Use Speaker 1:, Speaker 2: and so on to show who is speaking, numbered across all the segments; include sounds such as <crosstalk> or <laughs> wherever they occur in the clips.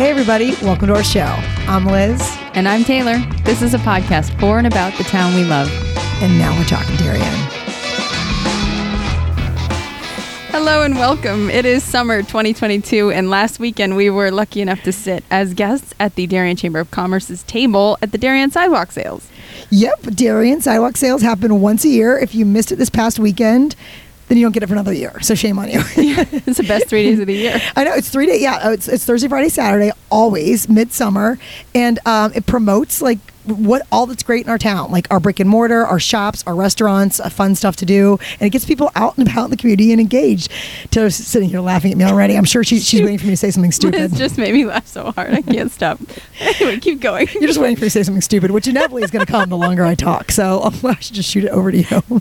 Speaker 1: everybody. Welcome to our show. I'm Liz,
Speaker 2: And I'm Taylor. This is a podcast for and about the town we love.
Speaker 1: and now we're talking Darien.
Speaker 2: Hello and welcome. It is summer 2022, and last weekend we were lucky enough to sit as guests at the Darien Chamber of Commerce's table at the Darien Sidewalk Sales.
Speaker 1: Yep, Darien sidewalk sales happen once a year. If you missed it this past weekend, then you don't get it for another year. So shame on you. <laughs>
Speaker 2: It's the best three days of the year.
Speaker 1: I know it's three day. Yeah, oh, it's, it's Thursday, Friday, Saturday, always midsummer, and um, it promotes like what all that's great in our town, like our brick and mortar, our shops, our restaurants, uh, fun stuff to do, and it gets people out and about in the community and engaged. Taylor's sitting here laughing at me already. I'm sure she, she's waiting for me to say something
Speaker 2: Liz <laughs>
Speaker 1: <laughs> stupid.
Speaker 2: just made me laugh so hard. I can't stop. <laughs> Anyway, keep going.
Speaker 1: You're just waiting for me to say something stupid, which inevitably is going to come the longer I talk. So <laughs> um, I should just shoot it over to you.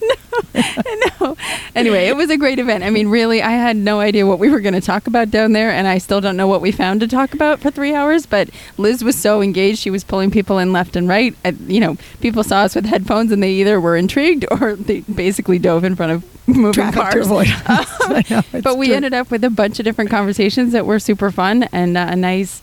Speaker 2: Anyway, it was a great event. I mean, really, I had no idea what we were going to talk about down there, and I still don't know what we found to talk about for three hours. But Liz was so engaged; she was pulling people in left and right. And, you know, people saw us with headphones, and they either were intrigued <laughs> or they basically dove in front of moving
Speaker 1: Traffic
Speaker 2: cars. <laughs>
Speaker 1: to avoid. <laughs> I know, it's
Speaker 2: but we
Speaker 1: true.
Speaker 2: ended up with a bunch of different conversations that were super fun and uh, a nice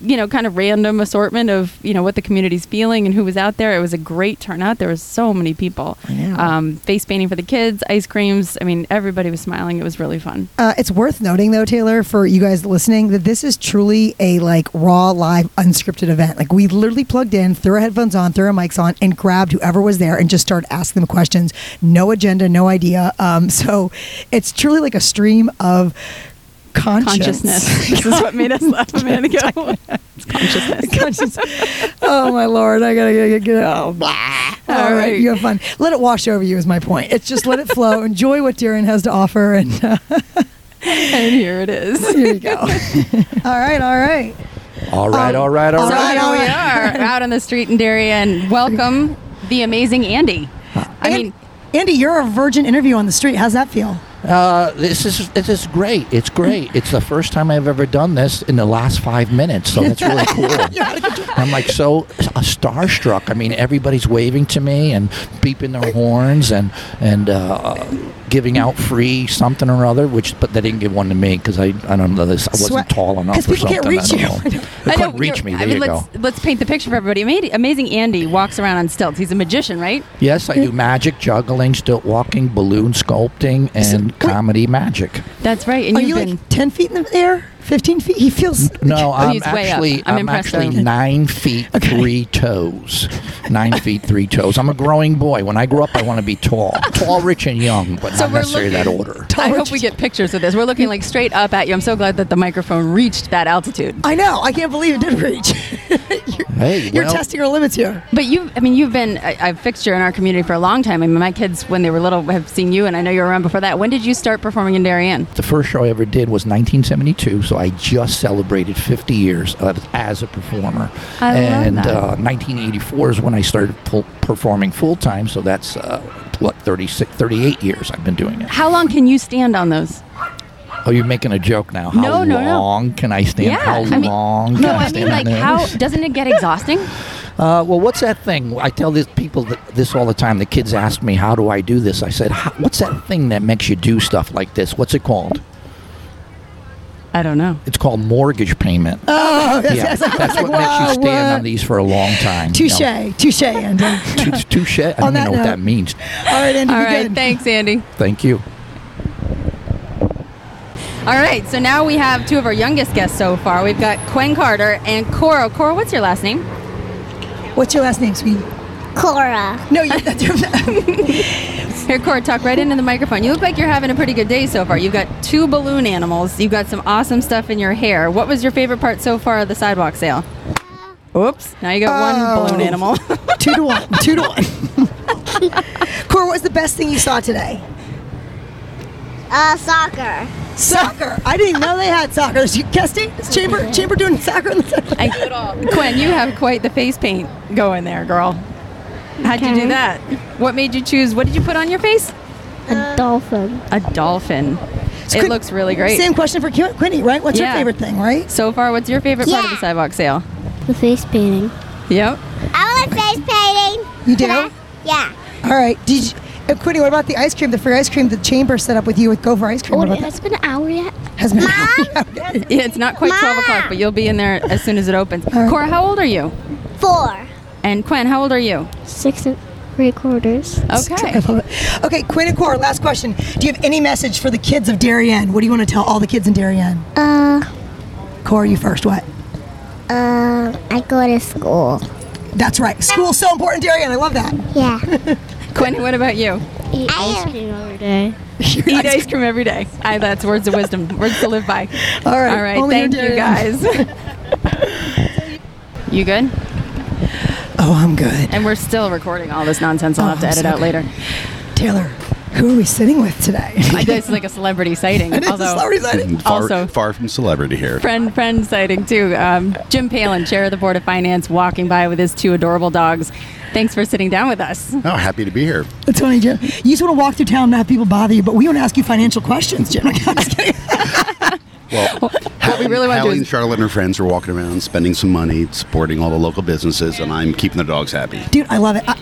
Speaker 2: you know kind of random assortment of you know what the community's feeling and who was out there it was a great turnout there was so many people
Speaker 1: I know.
Speaker 2: um, face painting for the kids ice creams i mean everybody was smiling it was really fun
Speaker 1: Uh, it's worth noting, though, Taylor, for you guys listening, that this is truly a like raw, live, unscripted event. Like we literally plugged in, threw our headphones on, threw our mics on, and grabbed whoever was there and just started asking them questions. No agenda, no idea. Um, so it's truly like a stream of conscience.
Speaker 2: consciousness
Speaker 1: <laughs>
Speaker 2: this is what made us laugh a minute ago it's consciousness
Speaker 1: Conscience. Oh my lord! I gotta get, get, get oh blah.
Speaker 2: All
Speaker 1: All right,
Speaker 2: right.
Speaker 1: you have fun. Let it wash over you is my point. It's just let it
Speaker 2: <laughs>
Speaker 1: flow. Enjoy what Darren has to offer, and uh,
Speaker 2: and here it is
Speaker 1: <laughs> here you go. all right, <laughs> all right.
Speaker 3: All right, all right, all
Speaker 2: Um,
Speaker 1: all
Speaker 2: So
Speaker 3: right.
Speaker 1: right.
Speaker 2: <laughs> here we are out on the street in Darien. Welcome the amazing Andy. I
Speaker 1: Uh, An-
Speaker 2: mean,
Speaker 1: Andy, you're a virgin interview on the street. How's that feel?
Speaker 3: Uh, this is this is great. It's great. It's the first time I've ever done this in the last five minutes, so that's really cool. I'm like so uh, starstruck. I mean, everybody's waving to me and beeping their horns and and uh, giving out free something or other. Which, but they didn't give one to me because I I don't know this. I wasn't
Speaker 1: Sweat-
Speaker 3: tall enough
Speaker 1: 'cause
Speaker 3: or
Speaker 1: people
Speaker 3: something.
Speaker 1: can't reach
Speaker 3: I
Speaker 1: you.
Speaker 3: don't know.
Speaker 2: <laughs>
Speaker 3: They
Speaker 2: I know,
Speaker 3: couldn't reach
Speaker 2: you're-
Speaker 3: me.
Speaker 2: I
Speaker 3: There
Speaker 2: mean,
Speaker 3: you
Speaker 2: let's
Speaker 3: go.
Speaker 2: let's paint the picture for everybody. Ama- Amazing Andy walks around on stilts. He's a magician, right?
Speaker 3: Yes,
Speaker 2: <laughs>
Speaker 3: I do magic, juggling, stilt walking, balloon sculpting, and comedy magic.
Speaker 2: <laughs> That's right. And
Speaker 1: Are
Speaker 2: you've
Speaker 1: you
Speaker 2: been
Speaker 1: like 10 feet in the air? 15 feet? He feels.
Speaker 3: No,
Speaker 2: Oh,
Speaker 3: I'm
Speaker 2: he's way up.
Speaker 3: actually
Speaker 2: I'm
Speaker 3: I'm,
Speaker 2: impressed
Speaker 3: actually
Speaker 2: though.
Speaker 3: nine
Speaker 2: <laughs>
Speaker 3: feet three toes. Nine feet three toes. I'm a growing boy. When I grow up, I want to be tall, tall, rich, and young, but
Speaker 2: So
Speaker 3: not
Speaker 2: we're
Speaker 3: necessarily that
Speaker 2: looking-
Speaker 3: order.
Speaker 2: <laughs> I hope we get pictures of this. We're looking like straight up at you. I'm so glad that the microphone reached that altitude.
Speaker 1: I know. I can't believe it did reach. <laughs> you're
Speaker 3: Hey,
Speaker 1: you're
Speaker 3: well-
Speaker 1: testing our limits here.
Speaker 2: But you, I mean, you've been a, a fixture in our community for a long time. I mean, my kids, when they were little, have seen you, and I know you were around before that. When did you start performing in Darien?
Speaker 3: The first show I ever did was 1972, so I just celebrated 50 years of, as a performer.
Speaker 2: I love
Speaker 3: and
Speaker 2: that.
Speaker 3: Uh, 1984 is when I started full, performing full time, so that's uh, what 36, 38 years I've been doing it.
Speaker 2: How long can you stand on those?
Speaker 3: Oh, you're making a joke now. How
Speaker 2: No, no, no.
Speaker 3: long can I stand?
Speaker 2: Yeah,
Speaker 3: how
Speaker 2: I mean-
Speaker 3: long can
Speaker 2: No,
Speaker 3: I
Speaker 2: I
Speaker 3: stand
Speaker 2: mean,
Speaker 3: on
Speaker 2: like,
Speaker 3: this?
Speaker 2: how doesn't it get
Speaker 1: <laughs>
Speaker 2: exhausting?
Speaker 3: Uh, well, what's that thing? I tell these people th this all the time. The kids ask me, "How do I do this?" I said, "How- "What's that thing that makes you do stuff like this? What's it called?"
Speaker 2: I don't know.
Speaker 3: It's called mortgage payment.
Speaker 1: <laughs> Oh, <laughs> that's,
Speaker 3: yeah,
Speaker 1: that's, I was
Speaker 3: that's
Speaker 1: like,
Speaker 3: what makes you
Speaker 1: wow,
Speaker 3: stand
Speaker 1: what?
Speaker 3: on these for a long time. you
Speaker 1: Touche.
Speaker 3: know.
Speaker 1: Touche, Andy. all
Speaker 3: Tou- Touche.
Speaker 1: <laughs>
Speaker 3: I don't even
Speaker 1: that
Speaker 3: know what
Speaker 1: note.
Speaker 3: that means.
Speaker 1: right, Andy.
Speaker 2: All
Speaker 1: you're
Speaker 2: right,
Speaker 1: good.
Speaker 2: thanks, Andy.
Speaker 3: Thank you.
Speaker 2: All right, so now we have two of our youngest guests so far. We've got Quen Carter and Cora. Cora, what's your last name?
Speaker 1: What's your last name, sweetie?
Speaker 4: Cora.
Speaker 1: No, you, that's your,
Speaker 2: <laughs> Here, Cora, talk right into the microphone. You look like you're having a pretty good day so far. You've got two balloon animals. You've got some awesome stuff in your hair. What was your favorite part so far of the sidewalk sale?
Speaker 4: Uh,
Speaker 2: Oops, now you got <laughs>
Speaker 1: Oh.
Speaker 2: one balloon animal.
Speaker 1: <laughs> two to one. Two to one. <laughs> Cora, what's the best thing you saw today?
Speaker 4: Uh, soccer.
Speaker 1: Soccer. I didn't even know they had soccer. Is you Kesty? Is Chamber, Chamber doing soccer in the
Speaker 2: I do it all. Quinn, you have quite the face paint going there, girl. How'd you do
Speaker 4: Okay.
Speaker 2: that? What made you choose? What did you put on your face?
Speaker 4: A dolphin.
Speaker 2: A dolphin.
Speaker 1: So
Speaker 2: it
Speaker 1: Quinn-
Speaker 2: looks really great.
Speaker 1: Same question for Qu- Quinny, right? What's
Speaker 2: Yeah.
Speaker 1: your favorite thing, right?
Speaker 2: So far, what's your favorite part of the
Speaker 4: Yeah.
Speaker 2: sidewalk sale?
Speaker 4: The face painting.
Speaker 2: Yep.
Speaker 4: I want face painting.
Speaker 1: You do?
Speaker 4: Can I? Yeah.
Speaker 1: All right. Did you, uh, Quinny, what about the ice cream, the free ice cream the chamber set up with you with Gopher Ice Cream?
Speaker 4: Oh,
Speaker 1: What about
Speaker 4: it's been an hour yet.
Speaker 1: that? has been. <laughs>
Speaker 2: <laughs> Yeah, it's not quite 12 o'clock, but you'll be in there as soon as it opens. Cora, how old are you?
Speaker 4: Four.
Speaker 2: And Quinn, how old are you?
Speaker 4: Six and three quarters.
Speaker 2: Okay.
Speaker 1: <laughs> okay, Quinn and Cora, last question. Do you have any message for the kids of Darien? What do you want to tell all the kids in Darien?
Speaker 4: Uh,
Speaker 1: Cora, you first. What?
Speaker 4: uh, I go to school.
Speaker 1: That's right. School's so important, Darien. I love that.
Speaker 4: Yeah.
Speaker 2: <laughs> Quinn, what about you?
Speaker 4: Eat ice cream every day.
Speaker 2: Eat ice cream every day. I, that's words of wisdom, words to live by.
Speaker 1: All right.
Speaker 2: All right.
Speaker 1: Only in
Speaker 2: thank you,
Speaker 1: Darien.
Speaker 2: guys.
Speaker 1: <laughs>
Speaker 2: you good?
Speaker 1: Oh, I'm good.
Speaker 2: And we're still recording all this nonsense. I'll
Speaker 1: Oh,
Speaker 2: have to
Speaker 1: I'm
Speaker 2: edit
Speaker 1: so
Speaker 2: out
Speaker 1: good. <laughs>
Speaker 2: later.
Speaker 1: Taylor, who are we sitting with today?
Speaker 2: I guess it's like a celebrity sighting.
Speaker 1: <laughs> It is a
Speaker 2: although
Speaker 1: celebrity sighting.
Speaker 5: Oh. Mm-hmm. Far,
Speaker 2: Also-
Speaker 5: far from celebrity here.
Speaker 2: friend friend sighting too. Um, Jim Palin, chair of the board of finance, walking by with his two adorable dogs. Thanks for sitting down with us.
Speaker 5: Oh, happy to be here.
Speaker 1: That's funny, Jim. You just want to walk through town and have people bother you, but we want to ask you financial questions, Jim. I'm just kidding.
Speaker 5: Well,
Speaker 2: What we really want to
Speaker 5: Hallie
Speaker 2: do
Speaker 5: and
Speaker 2: is
Speaker 5: Charlotte and her friends are walking around, spending some money, supporting all the local businesses, and I'm keeping the dogs happy.
Speaker 1: Dude, I love it. I,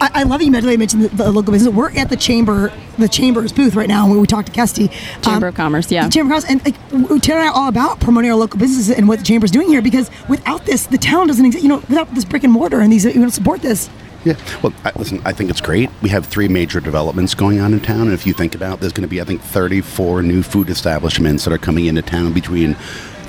Speaker 1: I I love it. You mentioned the, the local business. We're at the chamber, the chamber's booth right now, and we talked to Kesty.
Speaker 2: Chamber of Commerce, yeah.
Speaker 1: the Chamber of Commerce, and like, w- Taylor and I are all about promoting our local businesses and what the chamber's doing here because without this, the town doesn't exist. You know, without this brick and mortar and these, you don't support this.
Speaker 5: Yeah. Well, I, listen, I think it's great. We have three major developments going on in town, and if you think about, it, there's going to be I think 34 new food establishments that are coming into town between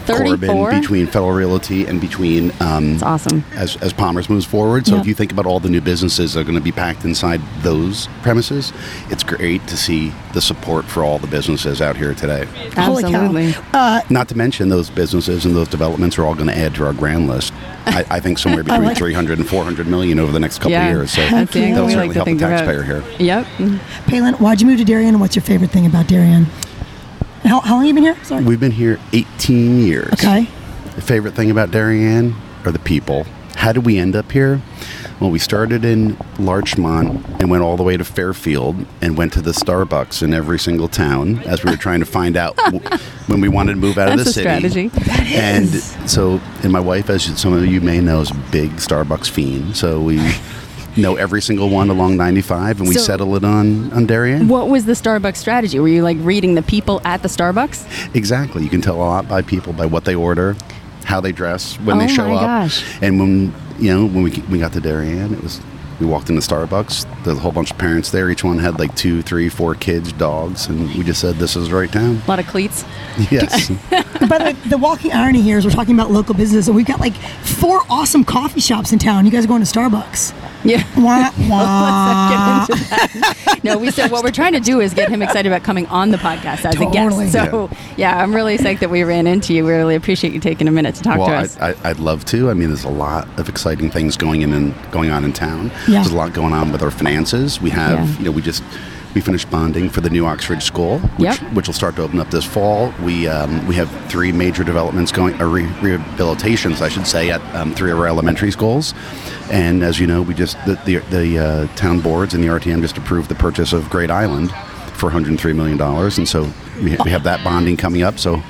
Speaker 2: 34?
Speaker 5: Corbin, between Federal Realty, and between. Um,
Speaker 2: it's awesome.
Speaker 5: as, as Palmer's moves forward. So
Speaker 2: Yeah.
Speaker 5: if you think about all the new businesses that are going to be packed inside those premises, it's great to see the support for all the businesses out here today.
Speaker 2: Absolutely.
Speaker 1: Holy cow. Uh,
Speaker 5: Not to mention those businesses and those developments are all going to add to our
Speaker 2: <laughs>
Speaker 5: grand list. I, I think somewhere between 300 and 400 million over the next couple
Speaker 2: Yeah,
Speaker 5: of years. So
Speaker 2: <laughs> that's the angle
Speaker 5: that'll
Speaker 2: we
Speaker 5: certainly
Speaker 2: like to
Speaker 5: help
Speaker 2: think
Speaker 5: the
Speaker 2: about.
Speaker 5: taxpayer here.
Speaker 2: Yep.
Speaker 1: Palin, why'd you move to Darien and what's your favorite thing about Darien? And How, how long have you been here? Sorry.
Speaker 5: We've been here 18 years.
Speaker 1: Okay.
Speaker 5: The favorite thing about Darien are the people. How did we end up here? Well, we started in Larchmont and went all the way to Fairfield and went to the Starbucks in every single town as we were trying to
Speaker 2: <laughs>
Speaker 5: find out w- when we wanted to move out of the
Speaker 2: That's a
Speaker 5: city.
Speaker 2: strategy. That
Speaker 5: And
Speaker 1: is.
Speaker 5: so, and my wife, as some of you may know, is a big Starbucks fiend.
Speaker 2: <laughs>
Speaker 5: So we know every single one along 95 and we
Speaker 2: So-
Speaker 5: settle it on, on Darien.
Speaker 2: What was the Starbucks strategy? Were you like reading the people at the
Speaker 1: <laughs>
Speaker 2: Starbucks?
Speaker 5: Exactly. You can tell a lot by people by what they order, how they dress, when
Speaker 2: Oh
Speaker 5: they show
Speaker 2: my
Speaker 5: up.
Speaker 2: gosh.
Speaker 5: And when you know when we we got to Darien, it was we walked into Starbucks. There's a whole bunch of parents there. Each one had like two, three, four kids, dogs, and we just said, "This is the right town."
Speaker 2: A lot of cleats.
Speaker 5: <laughs> Yes.
Speaker 1: By the way, the walking irony here is we're talking about local business, and we've got like four awesome coffee shops in town. You guys are going to Starbucks.
Speaker 2: Yeah.
Speaker 1: <laughs> Wah, wah.
Speaker 2: <laughs> Let's not get into that. No, we said what we're trying to do is get him excited about coming on the podcast as a
Speaker 1: Totally.
Speaker 2: guest. So, yeah. I'm really psyched that we ran into you. We really appreciate you taking a minute to talk
Speaker 5: well,
Speaker 2: to
Speaker 5: I,
Speaker 2: us.
Speaker 5: I, I'd love to. I mean, there's a lot of exciting things going in and going on in town.
Speaker 1: Yeah.
Speaker 5: There's a lot going on with our finances. We have,
Speaker 2: Yeah.
Speaker 5: you know, we just we finished bonding for the new Oxford School, which
Speaker 2: Yep.
Speaker 5: which will start to open up this fall. We um, we have three major developments going, or re- rehabilitations, I should say, at um, three of our elementary schools. And as you know, we just the the, the uh, town boards and the RTM just approved the purchase of Great Island for 103 million dollars, and so we, we have that bonding coming up. So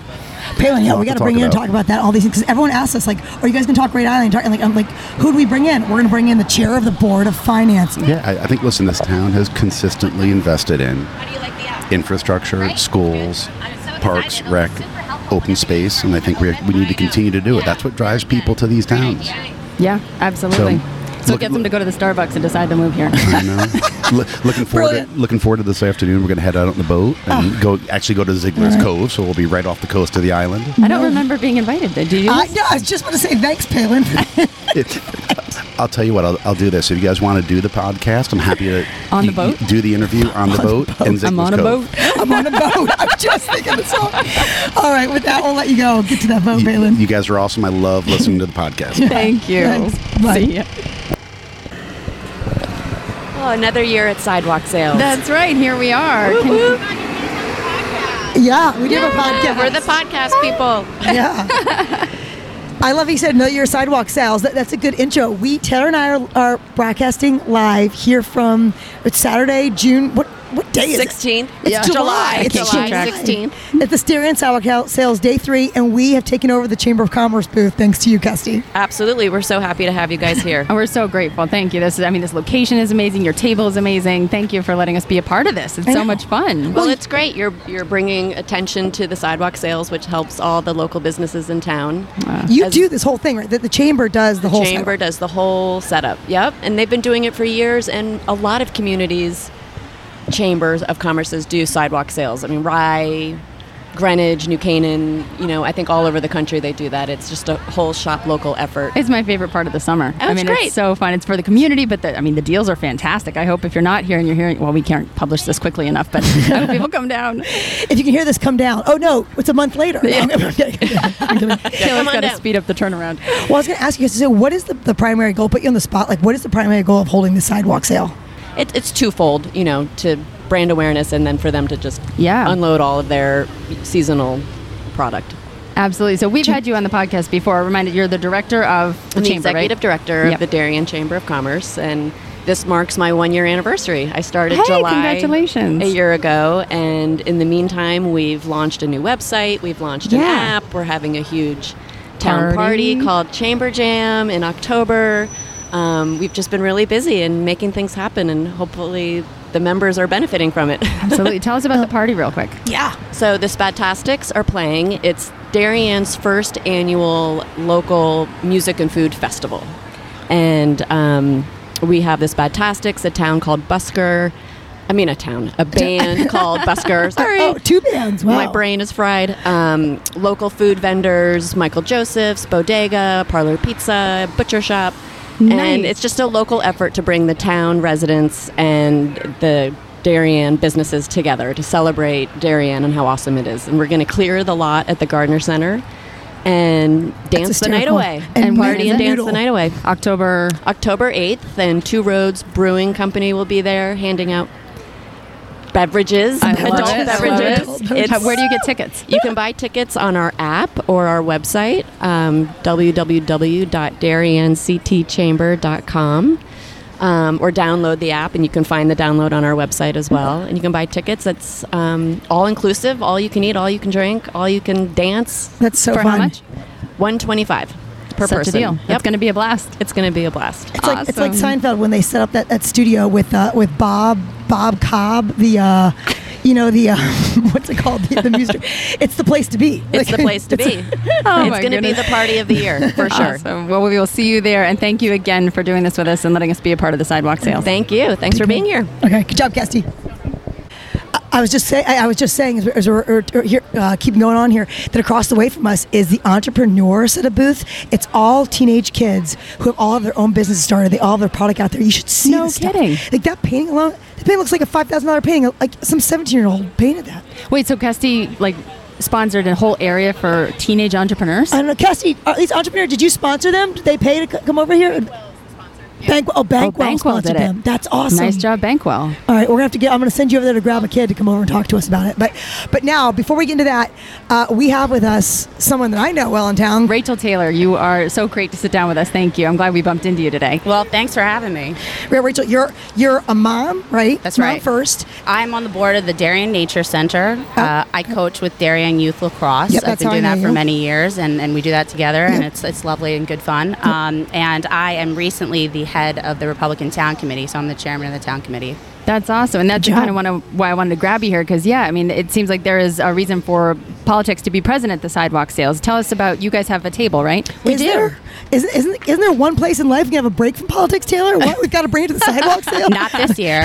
Speaker 1: Palin, yeah,
Speaker 5: Lot
Speaker 1: we
Speaker 5: to
Speaker 1: got to
Speaker 5: talk
Speaker 1: bring in and
Speaker 5: about.
Speaker 1: talk about that, all these things. Because everyone asks us, like, are you guys going to talk Great Island? Talk- And like, I'm like, who do we bring in? We're going to bring in the chair of the board of finance.
Speaker 5: Yeah, I, I think, listen, this town has consistently invested in infrastructure, schools, parks, rec, open space, and I think we, we need to continue to do it. That's what drives people to these towns.
Speaker 2: yeah, absolutely. So,
Speaker 5: look-
Speaker 2: get them to go to the Starbucks and decide to move
Speaker 1: <laughs>
Speaker 2: here.
Speaker 5: You know?
Speaker 2: <laughs>
Speaker 5: Lo- looking forward to,
Speaker 1: Brilliant.
Speaker 5: looking forward to this afternoon. We're going to head out on the boat and
Speaker 2: Oh.
Speaker 5: go actually go to Ziegler's Cove, so we'll be right off the coast of the island.
Speaker 2: I don't remember being invited. Did you?
Speaker 1: I, yeah, I was just about to say
Speaker 5: <laughs>
Speaker 1: thanks, Palin.
Speaker 5: It- I'll tell you what, I'll, I'll do this. If you guys want to do the podcast, I'm happy to
Speaker 2: On the
Speaker 5: y-
Speaker 2: boat?
Speaker 5: y- do the interview on the boat. in
Speaker 2: I'm
Speaker 5: Ziegler's
Speaker 2: on a
Speaker 5: Cove.
Speaker 2: boat.
Speaker 1: <laughs> I'm on a boat. I'm just thinking this all. All right, with that, we'll let you go. Get to that boat,
Speaker 5: You,
Speaker 1: Palin.
Speaker 5: you guys are awesome. I love listening
Speaker 2: <laughs>
Speaker 5: to the podcast.
Speaker 2: Thank you.
Speaker 1: Thanks. Bye.
Speaker 2: See ya.
Speaker 6: Oh, another year at Sidewalk Sales.
Speaker 2: That's right. Here we are. Can-
Speaker 1: yeah, we do have a podcast.
Speaker 6: We're the
Speaker 2: <laughs>
Speaker 6: podcast people.
Speaker 1: yeah. I love he said, know your sidewalk sales. That, that's a good intro. We, Taylor and I are, are broadcasting live here from it's Saturday, June. What what day is it?
Speaker 6: 16th.
Speaker 1: It's
Speaker 2: Yeah. July.
Speaker 1: July. It's
Speaker 2: July 16th.
Speaker 1: At the Stereo and Sour Cal Sales Day 3, and we have taken over the Chamber of Commerce booth thanks to you, Gusty.
Speaker 6: Absolutely. We're so happy to have you guys here.
Speaker 2: <laughs> And we're so grateful. Thank you. This is, I mean, this location is amazing. Your table is amazing. Thank you for letting us be a part of this. It's
Speaker 1: I
Speaker 2: so
Speaker 1: know.
Speaker 2: much fun.
Speaker 6: Well, it's great. You're you're bringing attention to the sidewalk sales, which helps all the local businesses in town.
Speaker 1: You
Speaker 6: As-
Speaker 1: do this whole thing, right? That the Chamber does the, whole
Speaker 6: chamber
Speaker 1: cycle.
Speaker 6: does the whole setup. Yep, and they've been doing it for years, and a lot of communities, chambers of commerces do sidewalk sales. I mean, Rye, Greenwich, New Canaan. You know, I think all over the country they do that. It's just a whole shop local effort.
Speaker 2: It's my favorite part of the summer.
Speaker 6: Oh,
Speaker 2: I
Speaker 6: it's
Speaker 2: mean,
Speaker 6: great.
Speaker 2: it's so fun. It's for the community, but the, I mean, the deals are fantastic. I hope if you're not here and you're hearing, well, we can't publish this quickly enough,
Speaker 1: <laughs>
Speaker 2: but I hope people come down.
Speaker 1: If you can hear this, come down. Oh, no, it's a month later. <laughs> I'm kidding. I'm kidding.
Speaker 2: Taylor's
Speaker 6: on
Speaker 2: got to
Speaker 6: down.
Speaker 2: speed up the turnaround.
Speaker 1: Well, I was going to ask you guys, so what is the, the primary goal? Put you on the spot. Like, what is the primary goal of holding the sidewalk sale?
Speaker 6: It, it's twofold. You know, to brand awareness, and then for them to just
Speaker 2: Yeah.
Speaker 6: unload all of their seasonal product.
Speaker 2: Absolutely. So we've had you on the podcast before. Reminded you're the director of the,
Speaker 6: I'm the
Speaker 2: chamber,
Speaker 6: executive
Speaker 2: right?
Speaker 6: director
Speaker 2: Yep.
Speaker 6: of the Darien Chamber of Commerce, and this marks my one year anniversary. I started
Speaker 2: Hey,
Speaker 6: July
Speaker 2: congratulations.
Speaker 6: a year ago, and in the meantime, we've launched a new website, we've launched an
Speaker 2: Yeah.
Speaker 6: app, we're having a huge town
Speaker 2: Party.
Speaker 6: party, called Chamber Jam in October. Um, we've just been really busy and making things happen, and hopefully, the members are benefiting from it. <laughs>
Speaker 2: Absolutely. Tell us about the party real quick.
Speaker 1: Yeah.
Speaker 6: So the Spatastics are playing. It's Darien's first annual local music and food festival. And um, we have the Spatastics, a town called Busker. I mean, a town,
Speaker 1: <laughs>
Speaker 6: a band called Busker. Sorry.
Speaker 1: Oh, two bands. Wow.
Speaker 6: My brain is fried. Um, local food vendors, Michael Joseph's, Bodega, Parlor Pizza, Butcher Shop.
Speaker 2: Nice.
Speaker 6: And it's just a local effort to bring the town residents and the Darien businesses together to celebrate Darien and how awesome it is. And we're going to clear the lot at the Gardner Center and dance the night
Speaker 1: hysterical.
Speaker 6: away.
Speaker 2: when is
Speaker 1: And
Speaker 6: party and
Speaker 2: it?
Speaker 6: dance
Speaker 1: Noodle.
Speaker 6: the night away.
Speaker 2: October.
Speaker 6: October 8th, and Two Roads Brewing Company will be there handing out beverages,
Speaker 2: I love
Speaker 6: <laughs> adult
Speaker 2: it. I love
Speaker 6: beverages.
Speaker 1: it.
Speaker 6: It's-
Speaker 2: How- where do you get tickets?
Speaker 6: you can buy tickets on our app or our website, um, www.darienctchamber.com, um, or download the app, and you can find the download on our website as well. And you can buy tickets. It's um, all inclusive, all you can eat, all you can drink, all you can dance.
Speaker 1: That's so
Speaker 2: For
Speaker 1: fun.
Speaker 2: how much?
Speaker 6: One twenty-five per
Speaker 2: Such
Speaker 6: person.
Speaker 2: a deal. It's
Speaker 6: Yep.
Speaker 2: going to be a blast.
Speaker 6: It's going to be a blast.
Speaker 1: It's like it's like
Speaker 2: Awesome.
Speaker 1: Seinfeld when they set up that, that studio with uh, with Bob Bob Cobb the uh, you know the uh, <laughs> what's it called the,
Speaker 2: <laughs>
Speaker 1: the music it's the place to be
Speaker 6: It's the place to
Speaker 1: <laughs>
Speaker 6: be.
Speaker 2: Oh my
Speaker 6: it's going to be
Speaker 2: goodness.
Speaker 6: the party of the
Speaker 2: <laughs>
Speaker 6: year for sure.
Speaker 2: Awesome. Well, we will see you there. And thank you again for doing this with us and letting us be a part of the sidewalk sale.
Speaker 6: Thank you. Thanks for being here.
Speaker 1: okay good job Casty. I- I was just saying. I was just saying as we're, as we're, er, er, here, uh, keep going on here that across the way from us is the entrepreneurs at a booth. It's all teenage kids who have all of their own businesses started. They all have their product out there. You should see.
Speaker 2: No
Speaker 1: this stuff.
Speaker 2: kidding.
Speaker 1: Like that painting alone. The painting looks like a five thousand dollar painting. Like some seventeen year old painted that.
Speaker 2: Wait, so Kesty like sponsored a whole area for teenage entrepreneurs?
Speaker 1: I don't know, Cassie. Are these entrepreneurs? Did you sponsor them? Did they pay to c- come over here? Bank, oh, Bankwell,
Speaker 2: Bankwell
Speaker 1: sponsored
Speaker 2: did it.
Speaker 1: them. That's awesome.
Speaker 2: Nice job, Bankwell.
Speaker 1: All right, we're gonna have to get. I'm gonna send you over there to grab a kid to come over and talk to us about it. But, but now before we get into that, uh, we have with us someone that I know well in town.
Speaker 2: Rachel Taylor, you are so great to sit down with us. Thank you. I'm glad we bumped into you today.
Speaker 7: Well, thanks for having me.
Speaker 1: Ra- Rachel, you're you're a mom, right?
Speaker 7: That's
Speaker 1: Mom
Speaker 7: right.
Speaker 1: First, Oh,
Speaker 7: I'm on the board of the Darien Nature Center. Uh, I coach with Darien Youth Lacrosse.
Speaker 1: Yep,
Speaker 7: I've
Speaker 1: that's how
Speaker 7: been
Speaker 1: I
Speaker 7: doing that
Speaker 1: know
Speaker 7: for
Speaker 1: you.
Speaker 7: many years, and, and we do that together, and it's it's lovely and good fun. Um, and I am recently the head of the Republican Town Committee, so I'm the chairman of the town committee.
Speaker 2: That's awesome, and that's
Speaker 1: Good
Speaker 2: kind of one
Speaker 1: job.
Speaker 2: of why I wanted to grab you here because yeah, I mean, it seems like there is a reason for politics to be present at the sidewalk sales. Tell us about you guys have a table, right?
Speaker 1: is there? Isn't, isn't isn't there one place in life you can have a break from politics, Taylor? What we've got to bring it to
Speaker 7: <laughs>
Speaker 1: the sidewalk sale?
Speaker 7: Not this
Speaker 1: <laughs>
Speaker 7: year.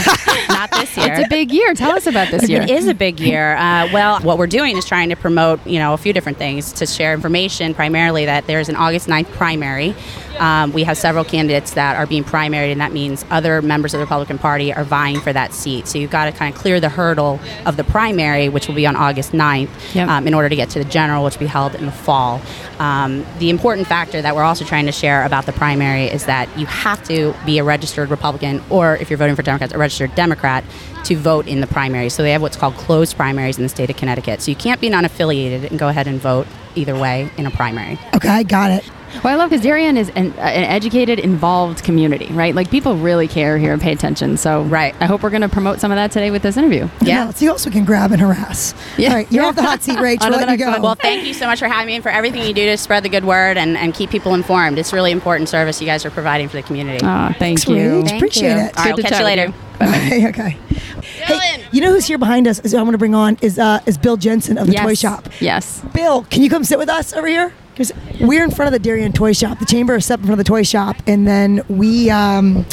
Speaker 7: Not this year.
Speaker 2: It's a big year. Tell us about this year.
Speaker 7: It is a big year. Uh, well, what we're doing is trying to promote, you know, a few different things to share information. Primarily, that there's an August 9th primary. Um, we have several candidates that are being primaried, and that means other members of the Republican Party are vying for that seat. So you've got to kind of clear the hurdle of the primary, which will be on August 9th,
Speaker 2: Yep.
Speaker 7: um, in order to get to the general, which will be held in the fall. Um, the important factor that we're also trying to share about the primary is that you have to be a registered Republican, or if you're voting for Democrats, a registered Democrat, to vote in the primary. So they have what's called closed primaries in the state of Connecticut. So you can't be non affiliated and go ahead and vote either way in a primary.
Speaker 1: Okay, got it.
Speaker 8: Well, I love because Darien is an, uh, an educated, involved community, right? Like people really care here and pay attention. So,
Speaker 7: Right.
Speaker 8: I hope we're going to promote some of that today with this interview.
Speaker 7: Yeah.
Speaker 1: <laughs> So you also can grab and harass.
Speaker 8: Yeah.
Speaker 1: All right, you're off
Speaker 7: <laughs>
Speaker 1: the hot seat, Rach.
Speaker 8: On
Speaker 1: We're
Speaker 8: to the
Speaker 1: letting
Speaker 8: next
Speaker 1: you go.
Speaker 8: one.
Speaker 7: Well, thank you so much for having me and for everything you do to spread the good word and, and keep people informed. It's really important service you guys are providing for the community.
Speaker 8: Ah, thank you.
Speaker 1: Rach. Appreciate it.
Speaker 7: All right, we'll
Speaker 8: to
Speaker 7: catch
Speaker 8: chat
Speaker 7: you
Speaker 8: with
Speaker 7: later.
Speaker 8: you.
Speaker 1: Okay, <laughs> okay. Hey, you know who's here behind us? Is I'm going to bring on is uh, is Bill Jensen of the
Speaker 8: yes.
Speaker 1: toy shop.
Speaker 8: Yes.
Speaker 1: Bill, can you come sit with us over here? 'Cause we're in front of the Darien Toy Shop. The chamber is up in front of the toy shop, and then we. Um,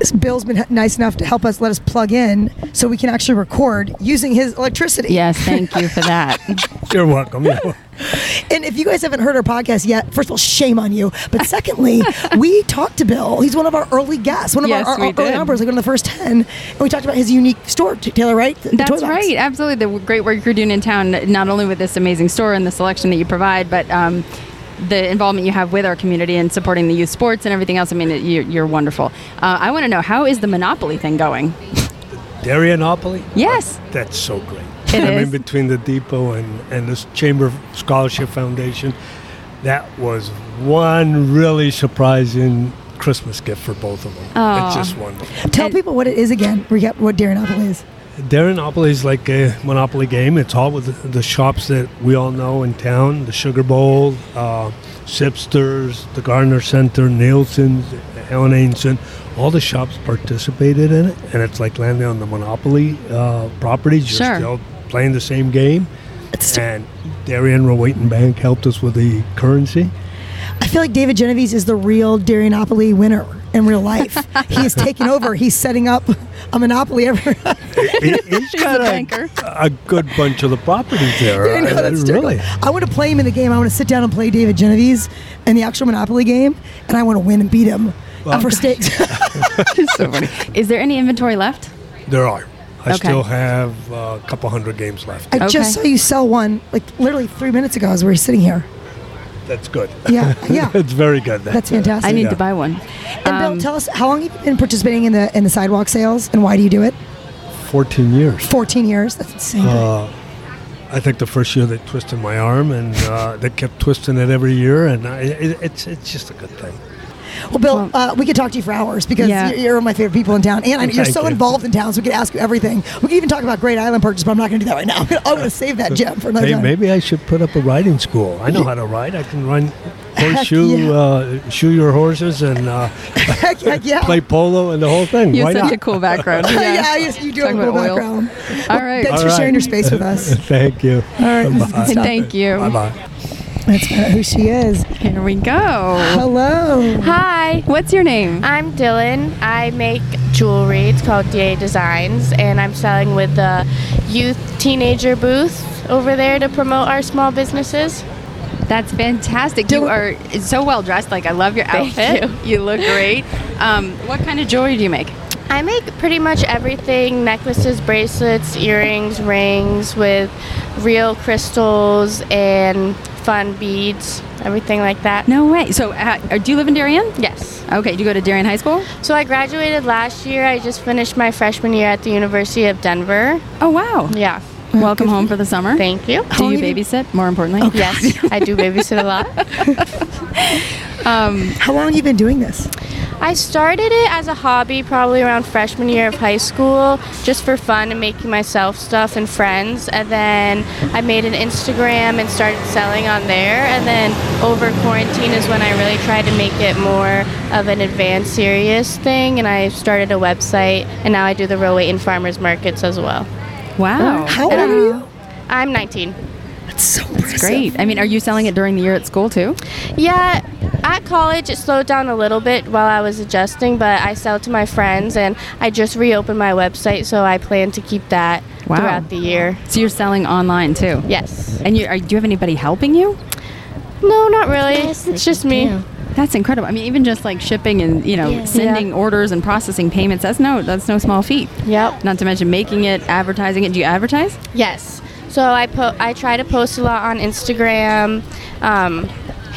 Speaker 1: s- Bill's been h- nice enough to help us let us plug in so we can actually record using his electricity.
Speaker 8: Yes. Thank you for that.
Speaker 9: You're welcome. You're welcome.
Speaker 1: <laughs> And if you guys haven't heard our podcast yet, first of all, shame on you.
Speaker 8: <laughs>
Speaker 1: But secondly, we talked to Bill. He's one of our early guests, one of
Speaker 2: Yes,
Speaker 1: our, our
Speaker 2: we
Speaker 1: early
Speaker 2: did.
Speaker 1: numbers, like one of the first 10. And we talked about his unique store, T- Taylor, right? The- the toy
Speaker 8: That's
Speaker 1: box.
Speaker 8: right. Absolutely. The w- great work you're doing in town, not only with this amazing store and the selection that you provide, but um, the involvement you have with our community and supporting the youth sports and everything else. I mean, it- you- you're wonderful. Uh, I want to know how is the Monopoly thing going?
Speaker 9: Darionopoly?
Speaker 8: Yes.
Speaker 9: That's so great.
Speaker 8: It
Speaker 9: I
Speaker 8: is.
Speaker 9: mean, between the depot and, and the Chamber Scholarship Foundation, that was one really surprising Christmas gift for both of them.
Speaker 8: Aw.
Speaker 9: It's just wonderful.
Speaker 1: Tell
Speaker 8: And-
Speaker 1: people what it is again. Recap what Darienoville is.
Speaker 9: Darionopoly is like a Monopoly game. It's all with the, the shops that we all know in town the Sugar Bowl, uh, Sipsters, the Gardner Center, Nielsen's, Helen Ainson. All the shops participated in it, and it's like landing on the Monopoly uh, properties. You're
Speaker 8: Sure.
Speaker 9: still playing the same game. And Darien Rowayton Bank helped us with the
Speaker 1: <laughs>
Speaker 9: currency.
Speaker 1: I feel like David Genovese is the real Darienoville winner in
Speaker 8: <laughs>
Speaker 1: real life. he has taken over. He's setting up a monopoly every <laughs>
Speaker 9: It, has got
Speaker 8: banker.
Speaker 9: a, a good bunch of the properties there.
Speaker 1: I know, that's
Speaker 9: Uh, really.
Speaker 1: terrible. <laughs> I want to play him in the game. I want to sit down and play David Genovese in the actual Monopoly game, and I want to win and beat him uh,
Speaker 9: <laughs>
Speaker 1: for stakes.
Speaker 8: so funny. Is there any inventory left?
Speaker 9: There are. I
Speaker 8: Okay.
Speaker 9: still have uh, a couple hundred games left.
Speaker 1: I just saw
Speaker 8: Okay.
Speaker 1: you sell one like literally three minutes ago as we were sitting here.
Speaker 9: That's good. <laughs>
Speaker 1: Yeah, yeah.
Speaker 9: it's very good. That,
Speaker 1: That's fantastic.
Speaker 8: I need
Speaker 9: Yeah.
Speaker 8: to buy one. Um,
Speaker 1: and Bill, tell us how long have you been participating in the in the sidewalk sales, and why do you do it?
Speaker 9: 14 years.
Speaker 1: Fourteen years. That's insane.
Speaker 9: Uh, I think the first year they twisted my arm, and uh, they kept twisting it every year, and I, it, it's it's just a good thing.
Speaker 1: Well, Bill, uh, we could talk to you for hours because
Speaker 8: Yeah.
Speaker 1: you're, you're one of my favorite people in town, and I, you're
Speaker 9: Thank
Speaker 1: so
Speaker 9: you.
Speaker 1: involved in town, so we could ask you everything. We could even talk about Great Island purchase, but I'm not going to do that right now. <laughs> I'm going to save that gem for another
Speaker 9: Hey,
Speaker 1: time.
Speaker 9: maybe I should put up a riding school. I know how to ride. I can run horseshoe,
Speaker 1: yeah.
Speaker 9: uh, shoe your horses, and uh,
Speaker 1: <laughs> Heck, heck yeah.
Speaker 9: play polo and the whole thing.
Speaker 2: You
Speaker 9: Why
Speaker 2: have such
Speaker 9: not?
Speaker 2: a cool background.
Speaker 1: <laughs> yeah, yes, you do have
Speaker 2: Talking
Speaker 1: a cool
Speaker 2: about oil.
Speaker 1: background.
Speaker 2: All right.
Speaker 1: Thanks
Speaker 9: All
Speaker 1: for
Speaker 9: right.
Speaker 1: sharing your space with us.
Speaker 9: <laughs> Thank you.
Speaker 1: All right, this is the stuff.
Speaker 2: Thank you.
Speaker 9: Bye bye.
Speaker 1: That's kind of who she is.
Speaker 2: Here we go.
Speaker 1: Hello.
Speaker 10: Hi,
Speaker 2: What's your name?
Speaker 10: I'm Dylan. I make jewelry. It's called DA Designs, and I'm selling with the youth teenager booth over there to promote our small businesses.
Speaker 8: That's fantastic. You are so well dressed. Like I love your outfit. You. look great. Um, what kind of jewelry do you make?
Speaker 10: I make pretty much everything necklaces, bracelets, earrings, rings with real crystals and fun beads, everything like that.
Speaker 8: No way. So, uh, do you live in Darien?
Speaker 10: Yes.
Speaker 8: Okay. Do you go to Darien High School?
Speaker 10: So I graduated last year. I just finished my freshman year at the University of Denver.
Speaker 8: Oh wow.
Speaker 10: Yeah.
Speaker 8: Welcome home for the summer.
Speaker 10: Thank you.
Speaker 8: Do you babysit? More importantly.
Speaker 10: Yes, I do babysit a lot.
Speaker 8: Um,
Speaker 1: How long have you been doing this?
Speaker 10: I started it as a hobby probably around freshman year of high school, just for fun and making myself stuff and friends. And then I made an Instagram and started selling on there. And then over quarantine is when I really tried to make it more of an advanced, serious thing. And I started a website, and now I do the real weight in farmers markets as well.
Speaker 8: wow.
Speaker 1: How old are you?
Speaker 10: I'm 19.
Speaker 1: That's so impressive.
Speaker 8: Great. I mean, are you selling it during the year at school too?
Speaker 10: Yeah, at college it slowed down a little bit while I was adjusting, but I sell to my friends and I just reopened my website, so I plan to keep that
Speaker 8: Wow.
Speaker 10: throughout the year.
Speaker 8: So you're selling online too.
Speaker 10: Yes.
Speaker 8: And you are, do you have anybody helping you?
Speaker 10: No, not really. it's just me.
Speaker 8: That's incredible. I mean, even just like shipping and you know sending
Speaker 10: Yeah.
Speaker 8: orders and processing payments. That's no that's no small feat.
Speaker 10: Yep.
Speaker 8: Not to mention making it, advertising it. Do you advertise?
Speaker 10: Yes. So I po- I try to post a lot on Instagram, um,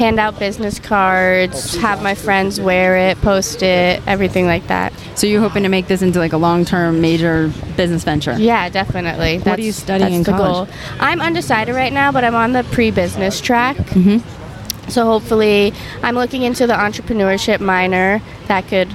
Speaker 10: hand out business cards, have my friends wear it, post it, everything like that.
Speaker 8: So you're hoping to make this into like a long-term major business venture?
Speaker 10: Yeah, definitely. That's,
Speaker 8: do you study
Speaker 10: that's
Speaker 8: in
Speaker 10: the
Speaker 8: college?
Speaker 6: Mm-hmm.
Speaker 10: Goal. I'm undecided right now, but I'm on the pre-business track. So hopefully, I'm looking into the entrepreneurship minor. That could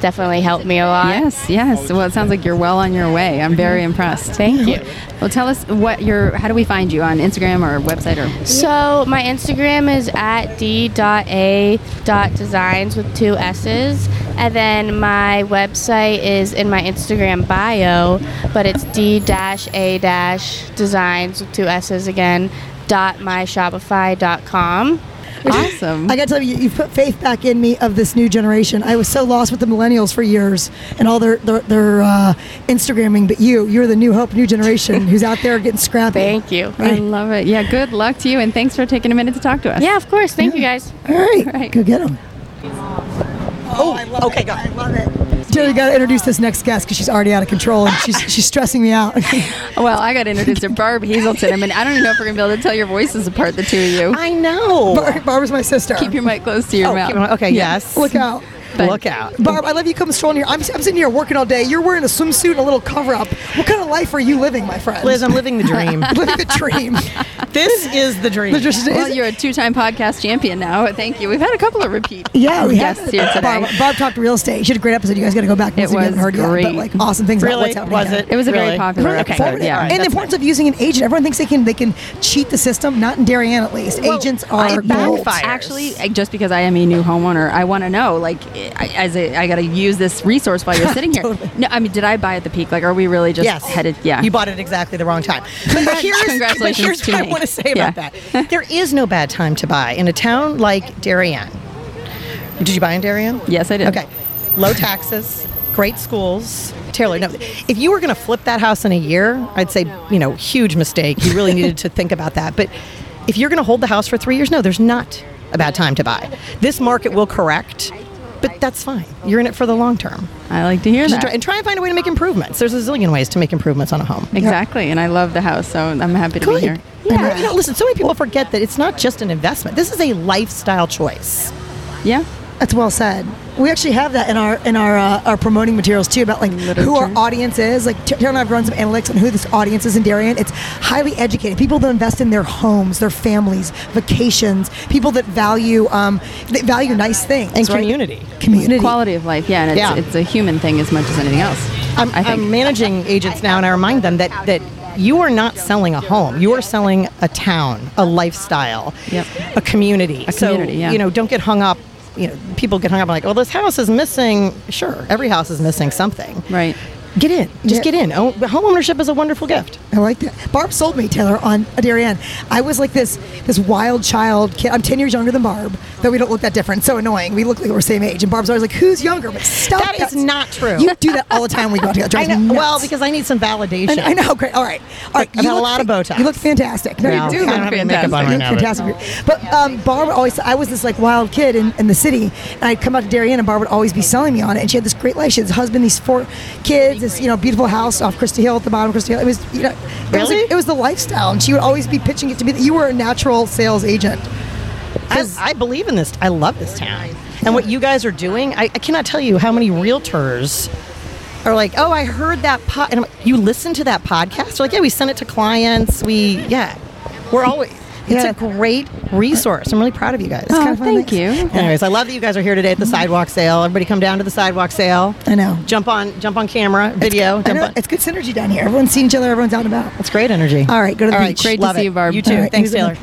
Speaker 10: definitely help me a lot.
Speaker 8: Yes, yes. Well, it sounds like you're well on your way. I'm very
Speaker 10: Mm-hmm.
Speaker 8: impressed. Thank you. Well, tell us what your how do we find you on Instagram or website or
Speaker 10: So my Instagram is at d.a.designs with two S's. And then my website is in my Instagram bio, but it's d-a-designs with two S's again, dot myshopify.com.
Speaker 8: awesome?
Speaker 1: I got to tell you, you put faith back in me of this new generation. I was so lost with the millennials for years and all their their, their uh, Instagramming, but you, you're the new hope, new generation who's out there getting scrappy.
Speaker 10: Thank you.
Speaker 8: I love it. Yeah, good luck to you, and thanks for taking a minute to talk to us.
Speaker 10: Yeah, of course. Thank you guys.
Speaker 1: All right,
Speaker 8: right.
Speaker 1: go get them.
Speaker 11: Oh, okay, got it.
Speaker 1: Jill, you got to introduce this next guest because she's already out of control and she's she's stressing me out. <laughs>
Speaker 8: Well, I got introduced to Barb Hazelton. I mean, I don't even know if we're gonna be able to tell your voices apart, the two of you.
Speaker 11: I know.
Speaker 1: Barb, Barbara's my sister.
Speaker 8: Keep your mic close to your
Speaker 11: Oh,
Speaker 8: mouth.
Speaker 11: keep it- okay, yes.
Speaker 1: Look out.
Speaker 8: But-
Speaker 11: Look out.
Speaker 1: Barb, I love you come strolling here. I'm, I'm sitting here working all day. You're wearing a swimsuit and a little cover up. What kind of life are you living, my friend?
Speaker 11: Liz, I'm living the dream.
Speaker 1: <laughs> living the dream.
Speaker 11: this is the dream.
Speaker 1: There's just-
Speaker 8: Well,
Speaker 1: is-
Speaker 8: you're a two-time podcast champion now. Thank you. We've had a couple of repeat um,
Speaker 1: yeah, we
Speaker 8: guests
Speaker 1: have
Speaker 8: here today.
Speaker 1: Barb, Barb talked real estate. She had a great episode. You guys got to go back and
Speaker 8: It
Speaker 1: listen if you haven't
Speaker 8: was
Speaker 1: heard yet. But
Speaker 8: great.
Speaker 1: like awesome things
Speaker 11: really
Speaker 1: about what's happening.
Speaker 11: was
Speaker 1: now.
Speaker 11: it?
Speaker 8: It was a very
Speaker 11: Really?
Speaker 8: popular
Speaker 1: Really
Speaker 8: episode.
Speaker 1: informative.
Speaker 11: All
Speaker 8: Yeah.
Speaker 11: right,
Speaker 1: and the
Speaker 11: that's
Speaker 1: importance of using an agent. Everyone thinks they can they can cheat the system. Not in Darien, at least. Agents are
Speaker 11: it
Speaker 1: gold.
Speaker 11: backfires.
Speaker 8: Actually, I- just because I am a new homeowner, I want to know. Like, I, as a, I got to use this resource while you're sitting here. No, I mean, did I buy at the peak? Like, are we really just
Speaker 11: yes.
Speaker 8: headed? Yeah.
Speaker 11: You bought it exactly the wrong time.
Speaker 8: <laughs>
Speaker 11: But
Speaker 8: Congrat-
Speaker 11: here's, but
Speaker 8: congratulations
Speaker 11: here's
Speaker 8: to
Speaker 11: what I
Speaker 8: me.
Speaker 11: want to say
Speaker 8: Yeah.
Speaker 11: about that. There is no bad time to buy in a town like Darien. Did you buy in Darien?
Speaker 8: yes, I did.
Speaker 11: Okay. Low taxes, great schools. Taylor, no. If you were going to flip that house in a year, I'd say, you know, huge mistake. You really needed to think about that. But if you're going to hold the house for three years, no, there's not a bad time to buy. This market will correct, but that's fine. You're in it for the long term.
Speaker 8: I like to hear
Speaker 11: Just
Speaker 8: that.
Speaker 11: try- and try and find a way to make improvements. There's a zillion ways to make improvements on a home.
Speaker 8: exactly. And I love the house, so I'm happy to be
Speaker 11: Good.
Speaker 8: here.
Speaker 11: Yeah. You know, listen, so many people forget that it's not just an investment. This is a lifestyle choice.
Speaker 8: Yeah.
Speaker 1: That's well said. We actually have that in our in our uh, our promoting materials too about like who our audience is. Like Tara and I've run some analytics on who this audience is in Darien. It's highly educated people that invest in their homes, their families, vacations, people that value um, that value nice things
Speaker 11: And
Speaker 1: right?
Speaker 11: community.
Speaker 1: community.
Speaker 8: Quality of life. Yeah. And it's,
Speaker 11: Yeah.
Speaker 8: it's a human thing as much as anything else.
Speaker 11: I'm,
Speaker 8: I think.
Speaker 11: I'm managing agents now, and I remind them that that you are not selling a home. You are selling a town, a lifestyle,
Speaker 8: Yep.
Speaker 11: a community. A
Speaker 8: community, yeah.
Speaker 11: You know, don't get hung up. You know, people get hung up on like, oh, this house is missing. Sure, every house is missing something.
Speaker 8: right.
Speaker 11: Get in. Just
Speaker 1: Yeah.
Speaker 11: get in. Oh, home ownership is a wonderful gift.
Speaker 1: I like that. Barb sold me Taylor on Darien. I was like this this wild child kid. I'm ten years younger than Barb, though we don't look that different. So annoying. We look like we're same age, and Barb's always like, "Who's younger?" But stop.
Speaker 11: That is not true.
Speaker 1: You do that all the time. We go out together.
Speaker 11: <laughs>
Speaker 1: It
Speaker 11: I
Speaker 1: drives
Speaker 11: know.
Speaker 1: me nuts.
Speaker 11: Well, because I need some validation.
Speaker 1: I know. Great. All right. All right.
Speaker 11: I've
Speaker 1: you
Speaker 11: had a
Speaker 1: look
Speaker 11: lot
Speaker 1: fa-
Speaker 11: of Botox.
Speaker 1: You look fantastic. No,
Speaker 11: Now,
Speaker 8: do
Speaker 11: I don't
Speaker 8: look
Speaker 11: have any makeup on
Speaker 8: fantastic.
Speaker 11: right
Speaker 1: You
Speaker 11: now,
Speaker 1: look
Speaker 11: but-
Speaker 1: fantastic. But um, Barb always, I was this like wild kid in, in the city, and I'd come out to Darien, and Barb would always be selling me on it. And she had this great life. She had this husband, these four kids, this you know beautiful house off Christie Hill at the bottom of Christie Hill. It was you know, it was,
Speaker 11: Really?
Speaker 1: it was the lifestyle, and she would always be pitching it to me that you were a natural sales agent.
Speaker 11: I, I believe in this. I love this town. And what you guys are doing, I, I cannot tell you how many realtors are like, oh, I heard that pod. And I'm like, you listen to that podcast? They're like, yeah, we send it to clients. We, yeah, we're always. It's
Speaker 1: Yeah.
Speaker 11: a great resource. I'm really proud of you guys.
Speaker 8: Oh,
Speaker 1: fun,
Speaker 8: thank you.
Speaker 11: Anyways, I love that you guys are here today at the sidewalk sale. Everybody come down to the sidewalk sale.
Speaker 1: I know.
Speaker 11: Jump on, jump on camera, video.
Speaker 1: I
Speaker 11: jump
Speaker 1: know,
Speaker 11: on.
Speaker 1: it's good synergy down here. Everyone's seeing each other. Everyone's out and about.
Speaker 11: It's great energy.
Speaker 1: All right, go to the
Speaker 11: All
Speaker 1: beach.
Speaker 8: Great to
Speaker 11: love
Speaker 8: see
Speaker 11: it.
Speaker 8: you, Barb.
Speaker 11: You too.
Speaker 1: All right,
Speaker 11: Thanks,
Speaker 1: here's
Speaker 11: Taylor.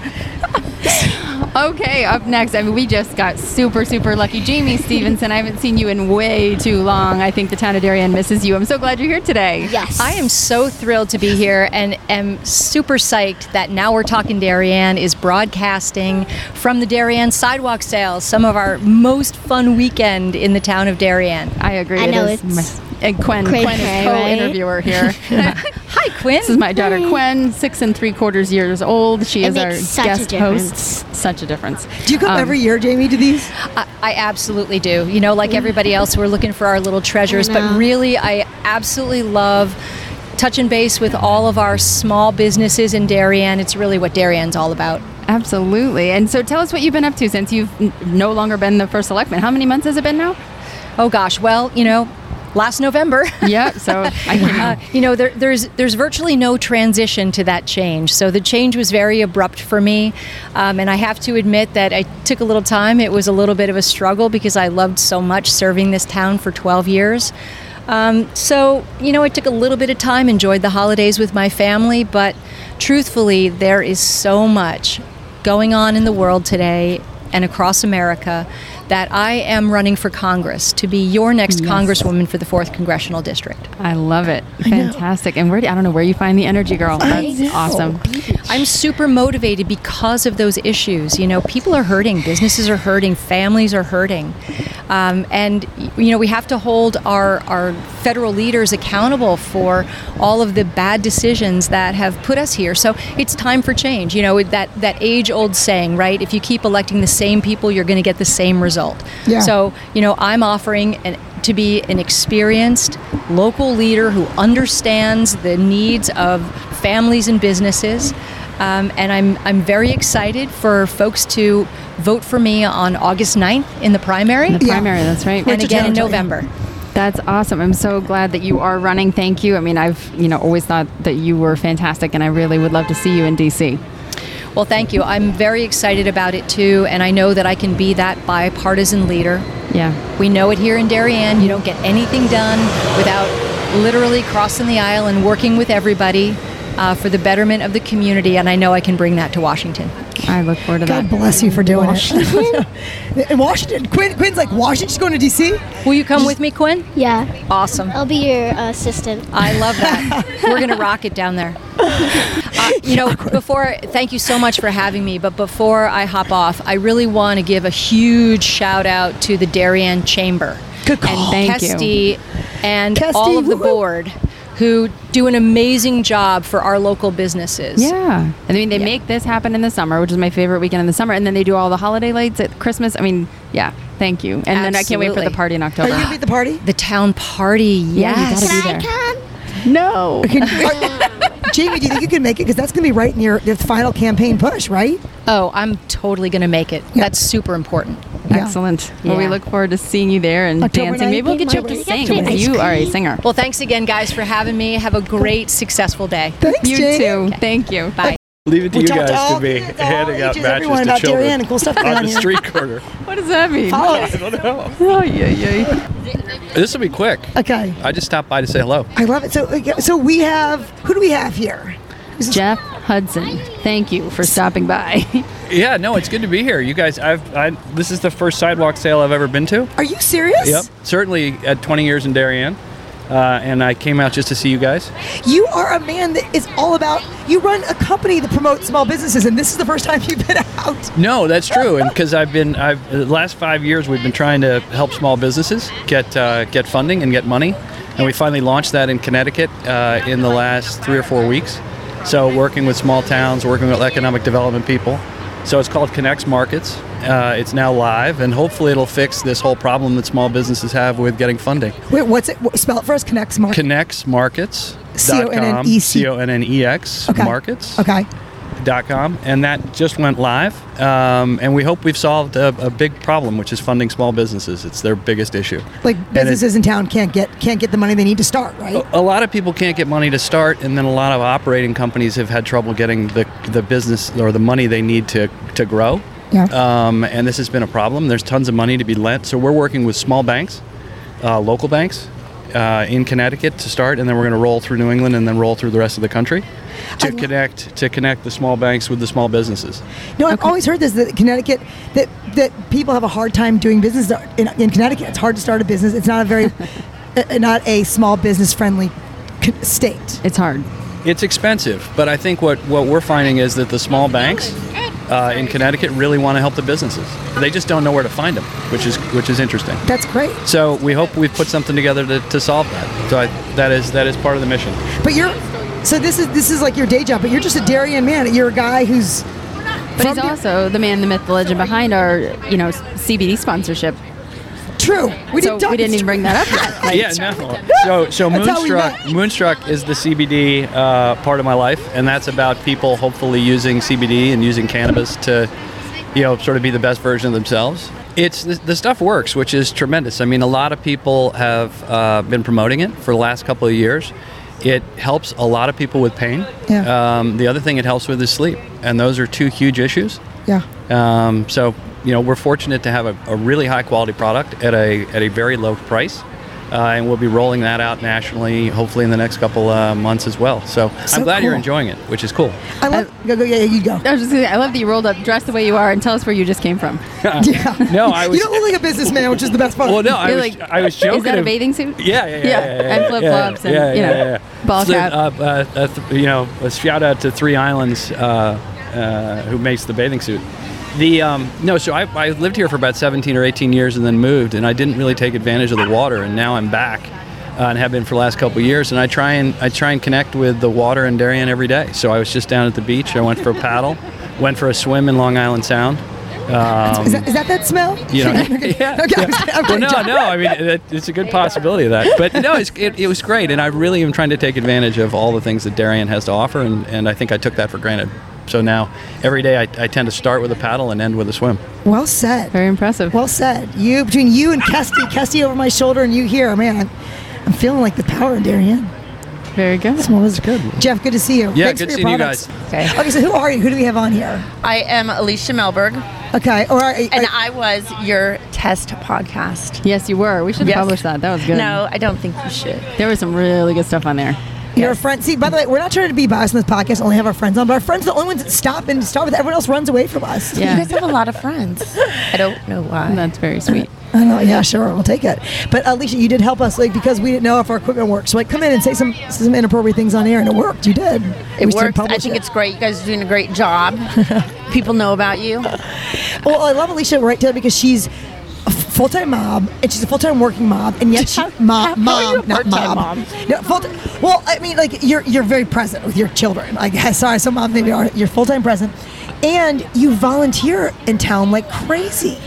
Speaker 8: Okay, up next, I mean, we just got super, super lucky. Jamie Stevenson, I haven't seen you in way too long. I think the town of Darien misses you. I'm so glad you're here today.
Speaker 12: Yes. I am so thrilled to be here and am super psyched that Now We're Talking Darien is broadcasting from the Darien Sidewalk Sale, some of our most fun weekend in the town of Darien.
Speaker 8: I agree.
Speaker 4: I know
Speaker 8: it is
Speaker 4: it's
Speaker 8: my, and Quen,
Speaker 4: cray
Speaker 8: Quen is
Speaker 4: cray,
Speaker 8: co-interviewer <laughs> here.
Speaker 12: Hi, Quinn.
Speaker 8: this is my daughter Quen, six and three quarters years old. She
Speaker 4: It
Speaker 8: is our
Speaker 4: makes such a
Speaker 8: guest
Speaker 4: difference.
Speaker 8: host. Such a difference.
Speaker 1: Do you come
Speaker 8: Um,
Speaker 1: every year, Jamie, to these?
Speaker 12: I, I absolutely do. You know, like everybody else, we're looking for our little treasures, but
Speaker 4: know.
Speaker 12: really, I absolutely love touching base with all of our small businesses in Darien. It's really what Darien's all about.
Speaker 8: Absolutely. And so tell us what you've been up to since you've n- no longer been the first selectman. How many months has it been now?
Speaker 12: Oh gosh, well, you know, last November.
Speaker 8: <laughs>
Speaker 12: Uh,
Speaker 8: Yeah, so
Speaker 12: <laughs>
Speaker 8: I came out.
Speaker 12: you know, there, there's there's virtually no transition to that change. So the change was very abrupt for me, um, and I have to admit that I took a little time. It was a little bit of a struggle because I loved so much serving this town for 12 years. Um, so you know, I took a little bit of time, enjoyed the holidays with my family, but truthfully, there is so much going on in the world today and across America that I am running for Congress to be your next Congresswoman for the 4th Congressional District.
Speaker 8: I love it. Fantastic. And where do, I don't know where you find the energy, girl. That's awesome.
Speaker 12: I'm super motivated because of those issues. You know, people are hurting, businesses are hurting, families are hurting. Um, and, y- you know, we have to hold our, our federal leaders accountable for all of the bad decisions that have put us here. So it's time for change. You know, that, that age old saying, right? If you keep electing the same people, you're going to get the same result.
Speaker 1: Yeah.
Speaker 12: So, you know, I'm offering an, to be an experienced local leader who understands the needs of families and businesses. Um, and I'm, I'm very excited for folks to vote for me on August 9th in the primary.
Speaker 8: The primary, that's right.
Speaker 12: And again in November.
Speaker 8: That's awesome. I'm so glad that you are running. Thank you. I mean, I've, you know, always thought that you were fantastic and I really would love to see you in DC.
Speaker 12: Well, thank you. I'm very excited about it too, and I know that I can be that bipartisan leader.
Speaker 8: Yeah.
Speaker 12: We know it here in Darien. You don't get anything done without literally crossing the aisle and working with everybody uh, for the betterment of the community, and I know I can bring that to Washington.
Speaker 8: I look forward to
Speaker 1: God bless you for doing it. <laughs> In Washington, Quinn, Quinn's like Washington. She's going to DC.
Speaker 12: Will you come with me, Quinn?
Speaker 4: Yeah.
Speaker 12: Awesome.
Speaker 4: I'll be your assistant.
Speaker 12: I
Speaker 4: <laughs>
Speaker 12: love that. We're going to rock it down there. Uh, you know, before, thank you so much for having me, but before I hop off, I really want to give a huge shout out to the Darien Chamber.
Speaker 1: Good
Speaker 12: And
Speaker 1: call.
Speaker 8: Thank you.
Speaker 12: Kesty and
Speaker 1: Kesty,
Speaker 12: all of the
Speaker 1: woo-hoo.
Speaker 12: board who do an amazing job for our local businesses.
Speaker 8: Yeah. I mean, they make this happen in the summer, which is my favorite weekend in the summer. And then they do all the holiday lights at Christmas. I mean, yeah. Thank you. And then I can't wait for the
Speaker 12: Absolutely.
Speaker 8: party in
Speaker 1: Are
Speaker 8: October.
Speaker 1: you going to be at the party?
Speaker 12: The town party,
Speaker 8: Yeah, you
Speaker 12: yes.
Speaker 8: gotta be
Speaker 4: Can
Speaker 8: there.
Speaker 4: I come?
Speaker 8: No.
Speaker 1: Jamie, do you think you can make it? Because that's going to be right in your the final campaign push, right?
Speaker 12: Oh, I'm totally going to make it. That's super important.
Speaker 8: <gasps> Excellent. Well, we
Speaker 12: Yeah.
Speaker 8: look forward to seeing you there and
Speaker 1: October
Speaker 8: dancing. Maybe we'll get you up to
Speaker 1: 19th,
Speaker 8: sing.
Speaker 1: October
Speaker 8: because You are a singer.
Speaker 12: Well, thanks again, guys, for having me. Have a great, successful day.
Speaker 1: Thanks,
Speaker 8: You
Speaker 1: Jamie.
Speaker 8: too. Thank you.
Speaker 12: Bye.
Speaker 13: Leave it to
Speaker 1: We
Speaker 13: you
Speaker 1: talked
Speaker 13: guys
Speaker 1: all
Speaker 13: to
Speaker 1: <laughs>
Speaker 13: be
Speaker 1: kinds of
Speaker 13: handing out
Speaker 1: ages,
Speaker 13: matches
Speaker 1: everyone
Speaker 13: to
Speaker 1: about Darien
Speaker 13: children
Speaker 1: and cool stuff going
Speaker 13: on
Speaker 1: on
Speaker 13: the
Speaker 1: here.
Speaker 13: street
Speaker 1: <laughs>
Speaker 13: corner.
Speaker 8: What does that mean?
Speaker 1: Follow
Speaker 13: I
Speaker 1: us.
Speaker 13: don't know.
Speaker 8: Oh, yeah, yeah.
Speaker 13: This will be quick.
Speaker 1: Okay.
Speaker 13: I just stopped by to say hello.
Speaker 1: I love it. So, so we have who do we have here? Who's-
Speaker 8: Jeff Hudson, thank you for stopping by.
Speaker 13: Yeah, no, it's good to be here. You guys, I've I, this is the first sidewalk sale I've ever been to.
Speaker 1: Are you serious?
Speaker 13: Yep, certainly at 20 years in Darien, uh, and I came out just to see you guys.
Speaker 1: You are a man that is all about. You run a company that promotes small businesses, and this is the first time <laughs> you've been out.
Speaker 13: No, that's true, and because I've been, I've the last five years we've been trying to help small businesses get uh, get funding and get money, and we finally launched that in Connecticut uh, in the last three or four weeks. So working with small towns, working with economic development people. So it's called Connects Markets. Uh, it's now live, and hopefully it'll fix this whole problem that small businesses have with getting funding.
Speaker 1: Wait, what's it? What, spell it for us. Connects Market.
Speaker 13: ConnectsMarkets.com,
Speaker 1: C O
Speaker 13: C-O-N-N-E-X,
Speaker 1: Okay.
Speaker 13: E markets
Speaker 1: Okay.
Speaker 13: dot com, and that just went live. Um, and we hope we've solved a, a big problem, which is funding small businesses. It's their biggest issue.
Speaker 1: Like
Speaker 13: And it- Oh,
Speaker 1: businesses in town can't get can't get the money they need to start, right?
Speaker 13: a lot of people can't get money to start, and then a lot of operating companies have had trouble getting the, the business or the money they need to, to grow.
Speaker 1: Yeah.
Speaker 13: Um, and this has been a problem. There's tons of money to be lent. So we're working with small banks, uh, local banks uh, in Connecticut to start, and then we're going to roll through New England and then roll through the rest of the country to connect to connect the small banks with the small businesses.
Speaker 1: No, I've always heard this that Connecticut that that people have a hard time doing business in, in Connecticut. It's hard to start a business. It's not a very uh, not a small business friendly state.
Speaker 8: it's hard.
Speaker 13: It's expensive, but I think what, what we're finding is that the small banks uh, in Connecticut really want to help the businesses. They just don't know where to find them, which is which is interesting.
Speaker 1: That's great.
Speaker 13: So we hope we've put something together to, to solve that. So I, that is that is part of the mission.
Speaker 1: But you're so this is this is like your <laughs> day job, but you're just a Darien man. You're a guy who's
Speaker 8: But he's also the man, the myth, the legend behind our, you know, CBD sponsorship.
Speaker 1: true. We
Speaker 8: so
Speaker 1: didn't talk
Speaker 8: we didn't even bring that up yet. Like,
Speaker 13: Yeah, no. So so
Speaker 1: That's how we
Speaker 13: Moonstruck
Speaker 1: met.
Speaker 13: Moonstruck is the CBD uh, part of my life, and that's about people hopefully using CBD and using cannabis to, you know, sort of be the best version of themselves. It's the, the stuff works, which is tremendous. I mean, a lot of people have uh, been promoting it for the last couple of years. It helps a lot of people with pain.
Speaker 1: Yeah.
Speaker 13: Um, the other thing it helps with is sleep, and those are two huge issues.
Speaker 1: Yeah.
Speaker 13: Um, so you know we're fortunate to have a, a really high quality product at a at a very low price, uh, and we'll be rolling that out nationally, hopefully in the next couple uh, months as well. So,
Speaker 1: So
Speaker 13: I'm glad you're
Speaker 1: cool.
Speaker 13: enjoying it, which is cool.
Speaker 1: <laughs>
Speaker 13: <laughs>
Speaker 1: I love. go, go, yeah, yeah, you go.
Speaker 8: I was just gonna say, I love that you rolled up, dressed the way you are, and tell us where you just came from.
Speaker 13: yeah. No,
Speaker 1: <laughs>
Speaker 13: I was.
Speaker 1: you don't look like a businessman, which is the best part.
Speaker 13: Well, no, I
Speaker 8: You're
Speaker 13: was,
Speaker 8: like,
Speaker 13: I was joking.
Speaker 8: Is that a
Speaker 13: of-
Speaker 8: bathing suit?
Speaker 13: Yeah, yeah, yeah.
Speaker 8: Yeah,
Speaker 13: yeah, yeah,
Speaker 8: and
Speaker 13: yeah,
Speaker 8: flip-flops
Speaker 13: yeah,
Speaker 8: and,
Speaker 13: yeah,
Speaker 8: you know,
Speaker 13: yeah, yeah.
Speaker 8: ball
Speaker 13: So,
Speaker 8: cap.
Speaker 13: Uh, uh, uh, th- you know, a shout out to Three Islands, uh, uh, who makes the bathing suit. The um, no, so I, I lived here for about 17 or 18 years and then moved, and I didn't really take advantage of the water, and now I'm back. Uh, and have been for the last couple of years, and I try and I try and connect with the water in Darien every day. So I was just down at the beach. I went for a paddle, went for a swim in Long Island Sound. Um,
Speaker 1: Is that, is that that smell?
Speaker 13: you know,
Speaker 1: <laughs> okay.
Speaker 13: yeah,
Speaker 1: okay,
Speaker 13: yeah.
Speaker 1: I'm just- okay,
Speaker 13: well, no,
Speaker 1: John.
Speaker 13: no. I mean, it, it's a good possibility of that. But no, it's, it, it was great, and I really am trying to take advantage of all the things that Darien has to offer, and, and I think I took that for granted. So now, every day, I, I tend to start with a paddle and end with a swim.
Speaker 1: Well said.
Speaker 8: Very impressive.
Speaker 1: Well said. You between you and Kesty, Kesty over my shoulder, and you here, man. I'm, I'm feeling like the power in Darien.
Speaker 8: Very good.
Speaker 1: Smell is good. Jeff, good to see you.
Speaker 13: Yeah,
Speaker 1: Thanks
Speaker 13: good
Speaker 1: for
Speaker 13: seeing
Speaker 1: your
Speaker 13: you
Speaker 1: products.
Speaker 13: guys.
Speaker 1: Okay. so who are you? Who do we have on here?
Speaker 14: I am Alicia Melberg,
Speaker 1: Okay, all right.
Speaker 14: and I was your test podcast.
Speaker 8: Yes, you were. We should have
Speaker 14: Yes.
Speaker 8: published that. That was good.
Speaker 14: No, I don't think you should.
Speaker 8: There was some really good stuff on there.
Speaker 1: You're a friend. See, by the way, we're not trying to be biased in this podcast. Only have our friends on, but our friends are the only ones that stop and start with. Everyone else runs away from us.
Speaker 14: You guys have a lot of friends. I don't know why.
Speaker 8: That's very sweet.
Speaker 1: I know. Yeah, sure. We'll take it. But Alicia, you did help us, like because we didn't know if our equipment worked. So like, come in and say some some inappropriate things on air, and it worked. You did.
Speaker 14: It
Speaker 1: We still
Speaker 14: works. I
Speaker 1: published
Speaker 14: think
Speaker 1: it.
Speaker 14: it's great. You guys are doing a great job. People know about you.
Speaker 1: Well, I love Alicia right there because she's a full time mom and she's a full time working mom, and yet she mom,
Speaker 14: how are you a
Speaker 1: mom, not
Speaker 14: part-time
Speaker 1: mom.
Speaker 14: mom?
Speaker 1: No, full-time, well, I mean, like you're you're very present with your children. I guess <laughs> sorry, some moms maybe are. You're full time present, and you volunteer in town like crazy.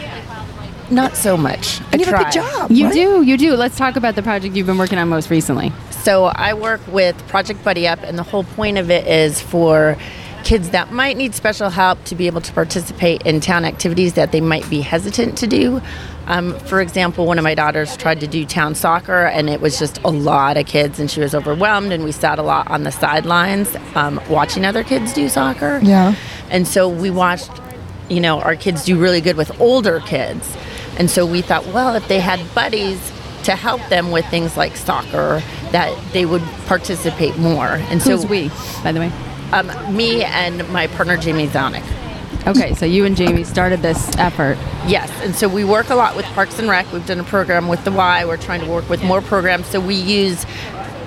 Speaker 14: Not so much. I
Speaker 1: And you have a big
Speaker 14: try.
Speaker 1: job.
Speaker 8: You
Speaker 1: right?
Speaker 8: do, you do. Let's talk about the project you've been working on most recently.
Speaker 14: So I work with Project Buddy Up, and the whole point of it is for kids that might need special help to be able to participate in town activities that they might be hesitant to do. Um, for example, one of my daughters tried to do town soccer, and it was just a lot of kids, and she was overwhelmed. And we sat a lot on the sidelines um, watching other kids do soccer.
Speaker 1: Yeah.
Speaker 14: And so we watched, you know, our kids do really good with older kids. And so we thought, well, if they had buddies to help them with things like soccer, that they would participate more. And
Speaker 8: Who's
Speaker 14: so
Speaker 8: we, by the way?
Speaker 14: Um, me and my partner Jamie Zonick.
Speaker 8: Okay, so you and Jamie started this effort.
Speaker 14: Yes, and so we work a lot with Parks and Rec. We've done a program with the Y. We're trying to work with more programs. So we use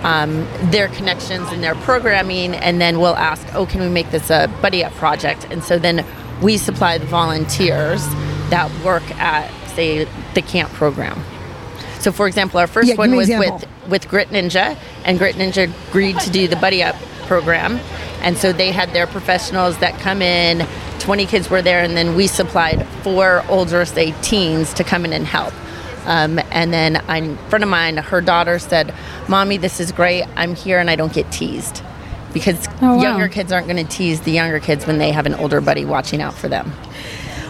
Speaker 14: um, their connections and their programming, and then we'll ask, oh, can we make this a buddy up project? And so then we supply the volunteers that work at, say, the camp program. So, for example, our first
Speaker 1: Yeah, give
Speaker 14: one
Speaker 1: me an
Speaker 14: was
Speaker 1: example.
Speaker 14: with with Grit Ninja, and Grit Ninja agreed to do the Buddy Up program. And so they had their professionals that come in, 20 kids were there, and then we supplied four older, say, teens to come in and help. Um, and then a friend of mine, her daughter said, Mommy, this is great. I'm here and I don't get teased. Because
Speaker 8: Oh, wow.
Speaker 14: younger kids aren't going to tease the younger kids when they have an older buddy watching out for them.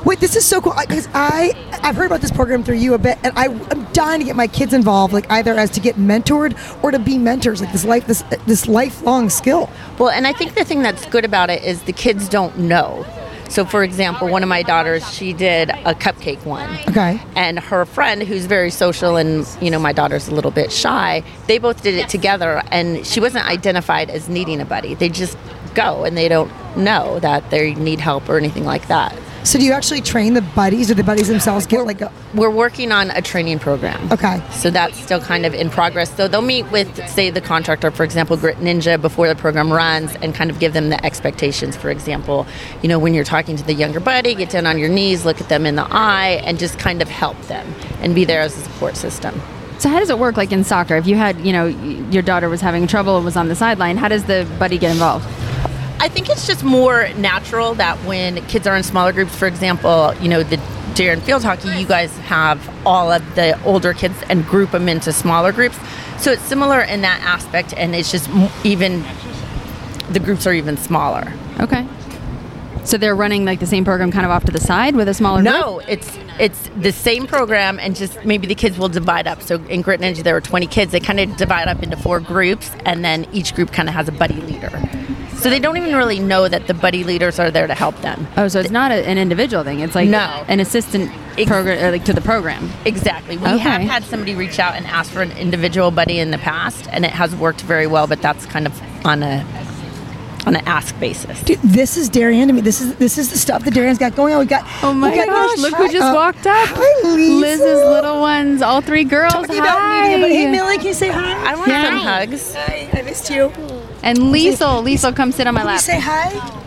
Speaker 1: Wait, this is so cool because I I've heard about this program through you a bit, and I I'm dying to get my kids involved, like either as to get mentored or to be mentors, like this life this this lifelong skill.
Speaker 14: Well, and I think the thing that's good about it is the kids don't know. So, for example, one of my daughters, she did a cupcake one.
Speaker 1: Okay.
Speaker 14: And her friend, who's very social, and you know, my daughter's a little bit shy, they both did it together, and she wasn't identified as needing a buddy. They just go and they don't know that they need help or anything like that.
Speaker 1: So do you actually train the buddies, or the buddies themselves get like a
Speaker 14: We're working on a training program.
Speaker 1: okay?
Speaker 14: So that's still kind of in progress. So they'll meet with, say, the contractor, for example, Grit Ninja, before the program runs and kind of give them the expectations. For example, you know, when you're talking to the younger buddy, get down on your knees, look at them in the eye, and just kind of help them and be there as a support system.
Speaker 8: So how does it work like in soccer? If you had, you know, y- your daughter was having trouble and was on the sideline, how does the buddy get involved?
Speaker 14: I think it's just more natural that when kids are in smaller groups, for example, you know, the deer and field hockey, you guys have all of the older kids and group them into smaller groups. So it's similar in that aspect, and it's just m- even the groups are even smaller.
Speaker 8: Okay.
Speaker 2: So they're running like the same program kind of off to the side with a smaller
Speaker 14: No, it's it's the same program, and just maybe the kids will divide up. So in Grit Ninja, there were 20 kids. They kind of divide up into four groups, and then each group kind of has a buddy leader. So they don't even really know that the buddy leaders are there to help them.
Speaker 2: Oh, so it's not a, an individual thing. It's like
Speaker 14: No.
Speaker 2: an assistant program, like to the program.
Speaker 14: Exactly. We
Speaker 2: Okay.
Speaker 14: have had somebody reach out and ask for an individual buddy in the past, and it has worked very well. But that's kind of on a on an ask basis.
Speaker 1: Dude, this is Darian to me. This is this is the stuff that Darian's got going on. We got.
Speaker 2: Oh my
Speaker 1: we got
Speaker 2: gosh!
Speaker 1: Liz.
Speaker 2: Look who
Speaker 1: Hi,
Speaker 2: just
Speaker 1: uh,
Speaker 2: walked up.
Speaker 1: Hi, Lisa.
Speaker 2: Liz's little ones, all three girls.
Speaker 1: Talking
Speaker 2: hi.
Speaker 1: about meeting everybody. Hey, Millie, can you say hi?
Speaker 14: I want
Speaker 2: Yeah.
Speaker 14: some hugs.
Speaker 1: Hi, I missed you.
Speaker 2: And Liesel, Liesel, come sit on my
Speaker 1: Can you
Speaker 2: lap.
Speaker 1: say hi?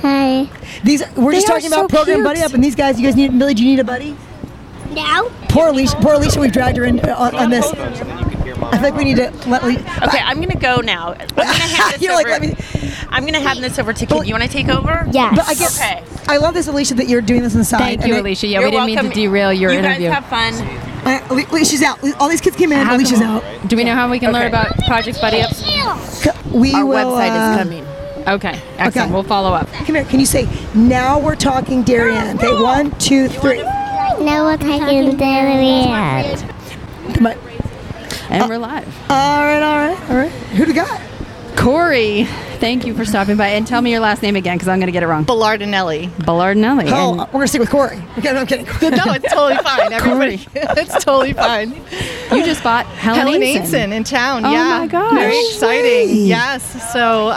Speaker 4: Hi.
Speaker 1: These we're just
Speaker 2: They are
Speaker 1: talking
Speaker 2: so
Speaker 1: about program
Speaker 2: cute.
Speaker 1: buddy up, and these guys. You guys need Millie. Do you need a buddy?
Speaker 4: No.
Speaker 1: Poor Alicia. Poor Alicia. We've dragged her in uh, on, on this. I think we need to let. Le-
Speaker 14: Okay, I'm gonna go now. I'm gonna
Speaker 1: <laughs>
Speaker 14: hand this
Speaker 1: You're
Speaker 14: over.
Speaker 1: like, let me-
Speaker 14: I'm gonna hand this over to Kid. You want to take over?
Speaker 4: Yes.
Speaker 1: But I guess
Speaker 14: Okay.
Speaker 1: I love this, Alicia, that you're doing this inside.
Speaker 2: Thank
Speaker 1: and
Speaker 2: you,
Speaker 1: it-
Speaker 2: Alicia. Yeah,
Speaker 14: You're
Speaker 2: we didn't mean
Speaker 14: welcome.
Speaker 2: to derail your
Speaker 14: you
Speaker 2: interview.
Speaker 14: guys have fun.
Speaker 1: Uh, Ali- Alicia's out. All these kids came in.
Speaker 2: How
Speaker 1: Alicia's
Speaker 2: come-
Speaker 1: out.
Speaker 2: Do we know how we can learn
Speaker 14: Okay.
Speaker 2: about Project Buddy Up?
Speaker 1: C- We
Speaker 14: Our
Speaker 1: will,
Speaker 14: website
Speaker 1: uh,
Speaker 14: is coming.
Speaker 2: Okay, excellent.
Speaker 1: Okay.
Speaker 2: We'll follow up.
Speaker 1: Come here. Can you say now we're talking Darian? Okay, one, two, three.
Speaker 4: Now we're taking the end.
Speaker 1: Come on. Uh,
Speaker 2: And we're live.
Speaker 1: All right, all right, all right. Who do we got?
Speaker 2: Corey, thank you for stopping by. And tell me your last name again because I'm going to get it wrong.
Speaker 15: Ballardinelli.
Speaker 2: Ballardinelli.
Speaker 1: Oh,
Speaker 2: And
Speaker 1: we're gonna stick with Corey. Okay, no, I'm kidding.
Speaker 15: No, it's totally
Speaker 2: <laughs>
Speaker 15: fine. Everybody, <laughs> it's totally fine.
Speaker 2: you just bought Helen,
Speaker 15: Helen
Speaker 2: Ainsen.
Speaker 15: Ainsen in town.
Speaker 2: Oh
Speaker 15: yeah.
Speaker 2: my gosh.
Speaker 15: Very
Speaker 2: No
Speaker 15: exciting.
Speaker 1: way.
Speaker 15: Yes. So uh,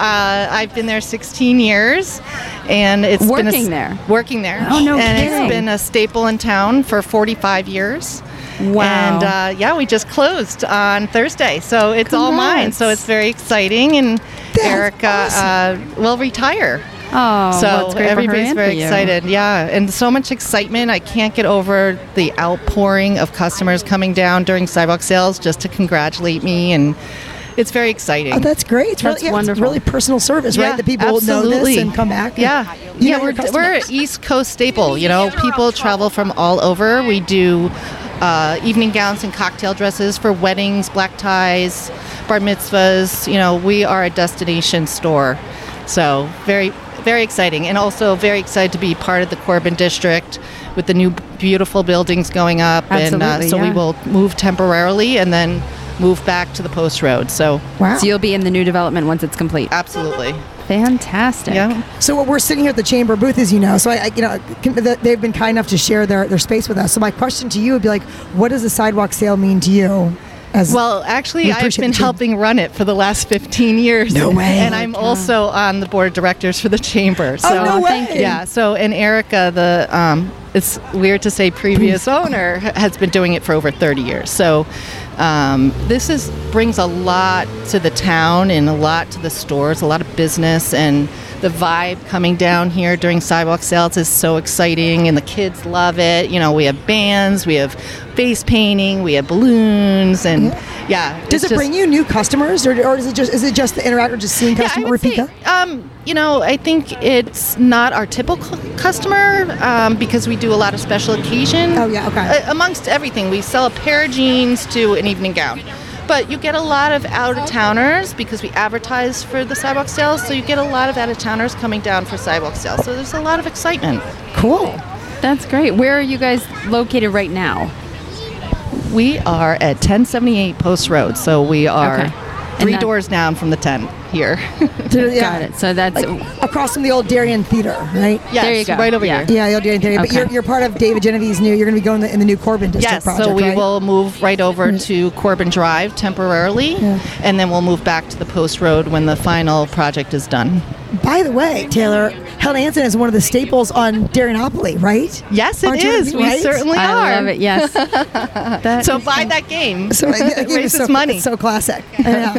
Speaker 15: I've been there 16 years, and it's been a
Speaker 2: Working
Speaker 15: s-
Speaker 2: there.
Speaker 15: Working there.
Speaker 2: Oh, no
Speaker 15: And
Speaker 2: kidding.
Speaker 15: it's been a staple in town for 45 years.
Speaker 2: Wow.
Speaker 15: And uh, yeah, we just closed on Thursday, so it's all mine. So
Speaker 2: Congrats.
Speaker 15: it's very exciting, and
Speaker 1: That's
Speaker 15: Erica uh, will retire.
Speaker 2: Oh,
Speaker 15: so
Speaker 2: well, it's great for her
Speaker 15: everybody's
Speaker 2: and for
Speaker 15: very
Speaker 2: you.
Speaker 15: excited. Yeah, and so much excitement. I can't get over the outpouring of customers coming down during sidewalk sales just to congratulate me, and it's very exciting.
Speaker 1: Oh, that's great. It's
Speaker 2: That's
Speaker 1: really, yeah,
Speaker 2: wonderful.
Speaker 1: It's really personal service,
Speaker 15: Yeah,
Speaker 1: right? That people know this
Speaker 15: absolutely.
Speaker 1: and come back. and
Speaker 15: Yeah,
Speaker 1: you
Speaker 15: yeah,
Speaker 1: know
Speaker 15: we're,
Speaker 1: your
Speaker 15: we're an
Speaker 1: customers.
Speaker 15: East Coast staple. You know, people travel from all over. We do uh, evening gowns and cocktail dresses for weddings, black ties, bar mitzvahs. You know, we are a destination store. So very, very exciting, and also very excited to be part of the Corbin District with the new beautiful buildings going up. and uh,
Speaker 2: Absolutely,
Speaker 15: so we
Speaker 2: yeah.
Speaker 15: will move temporarily and then move back to the Post Road. So
Speaker 1: wow.
Speaker 2: So you'll be in the new development once it's complete.
Speaker 15: absolutely,
Speaker 2: Fantastic.
Speaker 15: yeah.
Speaker 1: So what we're sitting here at the chamber booth, as you know, so I, I you know, can- th- they've been kind enough to share their, their space with us. So my question to you would be like, what does a sidewalk sale mean to you? As
Speaker 15: Well,
Speaker 1: We
Speaker 15: actually, I've
Speaker 1: appreciate
Speaker 15: been
Speaker 1: the team.
Speaker 15: helping run it for the last 15 years.
Speaker 1: No way.
Speaker 15: And I'm also on the board of directors for the chamber. So,
Speaker 1: oh no way!
Speaker 2: thank
Speaker 15: yeah. So, and Erica, the um, it's weird to say previous owner, h- has been doing it for over 30 years. So, um, this is brings a lot to the town and a lot to the stores, a lot of business, and the vibe coming down here during sidewalk sales is so exciting, and the kids love it. You know, we have bands, we have face painting, we have balloons, and yeah.
Speaker 1: Does it bring you new customers, or, or is it just is it just
Speaker 15: <laughs>
Speaker 1: the interact or just seeing
Speaker 15: yeah, I
Speaker 1: customer
Speaker 15: would
Speaker 1: repeat?
Speaker 15: say,
Speaker 1: cu-
Speaker 15: um, you know, I think it's not our typical customer um, because we do a lot of special occasion.
Speaker 1: Oh, yeah, okay.
Speaker 15: Uh, amongst everything, we sell a pair of jeans to an evening gown. But you get a lot of out of towners because we advertise for the sidewalk sales, so you get a lot of out of towners coming down for sidewalk sales. So there's a lot of excitement.
Speaker 1: Cool.
Speaker 2: That's great. Where are you guys located right now?
Speaker 15: We are at 1078 Post Road, so we are
Speaker 2: Okay.
Speaker 15: three
Speaker 2: that-
Speaker 15: doors down from the 10 here.
Speaker 1: Yeah.
Speaker 2: Got it. So that's
Speaker 1: Like, across from the old Darien Theater, right?
Speaker 15: yes,
Speaker 2: you go.
Speaker 15: right over
Speaker 2: Yeah.
Speaker 15: here.
Speaker 1: Yeah, the old Darien Theater. But
Speaker 2: Okay.
Speaker 1: you're, you're part of David Genevieve's new. You're going to be going in the, in the new Corbin District
Speaker 15: Yes,
Speaker 1: project.
Speaker 15: so we
Speaker 1: right?
Speaker 15: will move right over to Corbin Drive temporarily, and then we'll move back to the Post Road when the final project is done.
Speaker 1: By the way, Taylor, Helen Anson is one of the staples on Darieноpoly, right?
Speaker 15: Yes, it
Speaker 1: Aren't you-
Speaker 15: is. We
Speaker 1: right?
Speaker 15: certainly are.
Speaker 2: I love it. Yes. That-
Speaker 15: <laughs> So buy <laughs> that game.
Speaker 1: <laughs> So <laughs> I think
Speaker 15: raises
Speaker 1: it's so,
Speaker 15: money.
Speaker 1: It's so classic. I know.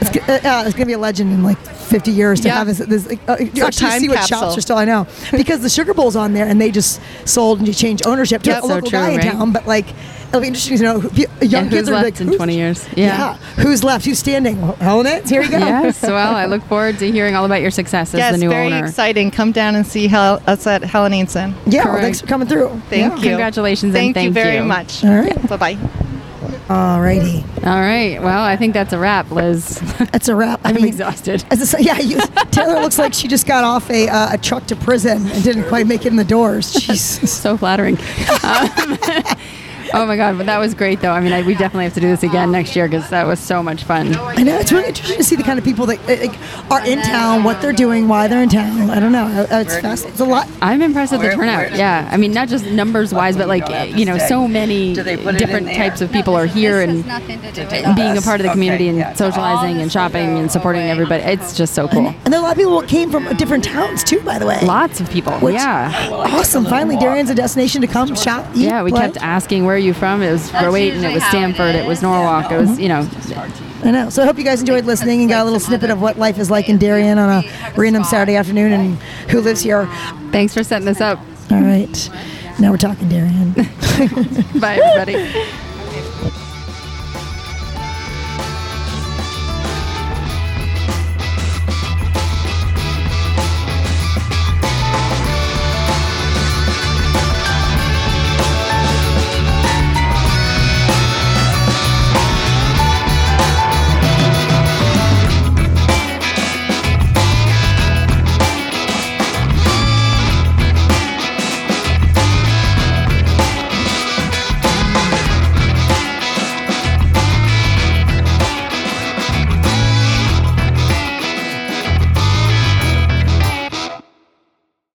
Speaker 1: it's, g- uh, uh, it's gonna be a legend in like 50 years to
Speaker 15: Yeah.
Speaker 1: have this. this like, uh, you actually
Speaker 15: time
Speaker 1: see what shops
Speaker 15: capsule.
Speaker 1: are still.
Speaker 15: <laughs>
Speaker 1: I know because the Sugar Bowl's on there, and they just sold and you changed ownership to
Speaker 15: Yeah,
Speaker 1: a
Speaker 15: so
Speaker 1: local
Speaker 2: true,
Speaker 1: guy in
Speaker 2: right?
Speaker 1: town. But like, it'll be interesting to know who, pe- young
Speaker 2: Yeah,
Speaker 1: kids
Speaker 2: who's
Speaker 1: are gonna
Speaker 2: left
Speaker 1: be like,
Speaker 2: in
Speaker 1: "Who's-
Speaker 2: 20 years?" Yeah.
Speaker 1: Who's left? Who's standing? Helen Anson. Here we
Speaker 2: <laughs>
Speaker 1: go. <laughs>
Speaker 2: yes. Well, I look forward to hearing all about your success as
Speaker 15: yes,
Speaker 2: the new
Speaker 15: very
Speaker 2: owner.
Speaker 15: exciting. Come down and see Hel- us at Helen Ainson.
Speaker 1: Yeah, well,
Speaker 2: Correct.
Speaker 1: thanks for coming through.
Speaker 15: Thank you.
Speaker 2: Congratulations and
Speaker 15: Thank you
Speaker 2: thank
Speaker 15: Um, very
Speaker 2: you.
Speaker 15: much.
Speaker 1: All right.
Speaker 15: Bye bye.
Speaker 1: Alrighty.
Speaker 2: All right. Well, I think that's a wrap, Liz.
Speaker 1: That's a wrap.
Speaker 2: <laughs> I'm exhausted.
Speaker 1: As I say, yeah, you, Taylor looks like she just got off a, uh, a truck to prison and didn't quite make it in the doors. Jeez,
Speaker 2: <laughs> so flattering. Um, oh my God, but that was great, though. I mean, I, we definitely have to do this
Speaker 1: Oh.
Speaker 2: again next year because that was so much fun.
Speaker 1: I know it's really interesting to see the kind of people that uh, like, are in town, what they're doing, why they're in town. I don't know. Uh, It's fast. It's a lot.
Speaker 2: I'm impressed at the turnout. Yeah, I mean, not just numbers wise, but like you know, so many different types of people are here and being a part of the community and socializing and shopping and supporting everybody. It's just so
Speaker 1: <laughs>
Speaker 2: cool.
Speaker 1: And there are a lot of people that came from different towns too, by the way.
Speaker 2: Lots of people.
Speaker 1: Which-
Speaker 2: yeah.
Speaker 1: Awesome. Finally, Darien's a destination to come shop. Eat,
Speaker 2: Yeah, we
Speaker 1: play.
Speaker 2: kept asking where are you from. It was
Speaker 1: That's
Speaker 2: Rowayton, it
Speaker 1: usually
Speaker 2: was
Speaker 1: how it
Speaker 2: Stanford, it, was Norwalk, it was you know.
Speaker 1: I know. So I hope you guys enjoyed listening and got a little snippet of what life is like in Darien on a random Saturday afternoon and who lives here.
Speaker 2: Thanks for setting this up.
Speaker 1: All right. Now we're talking,
Speaker 2: <laughs>
Speaker 1: Darien. <laughs>
Speaker 2: Bye everybody.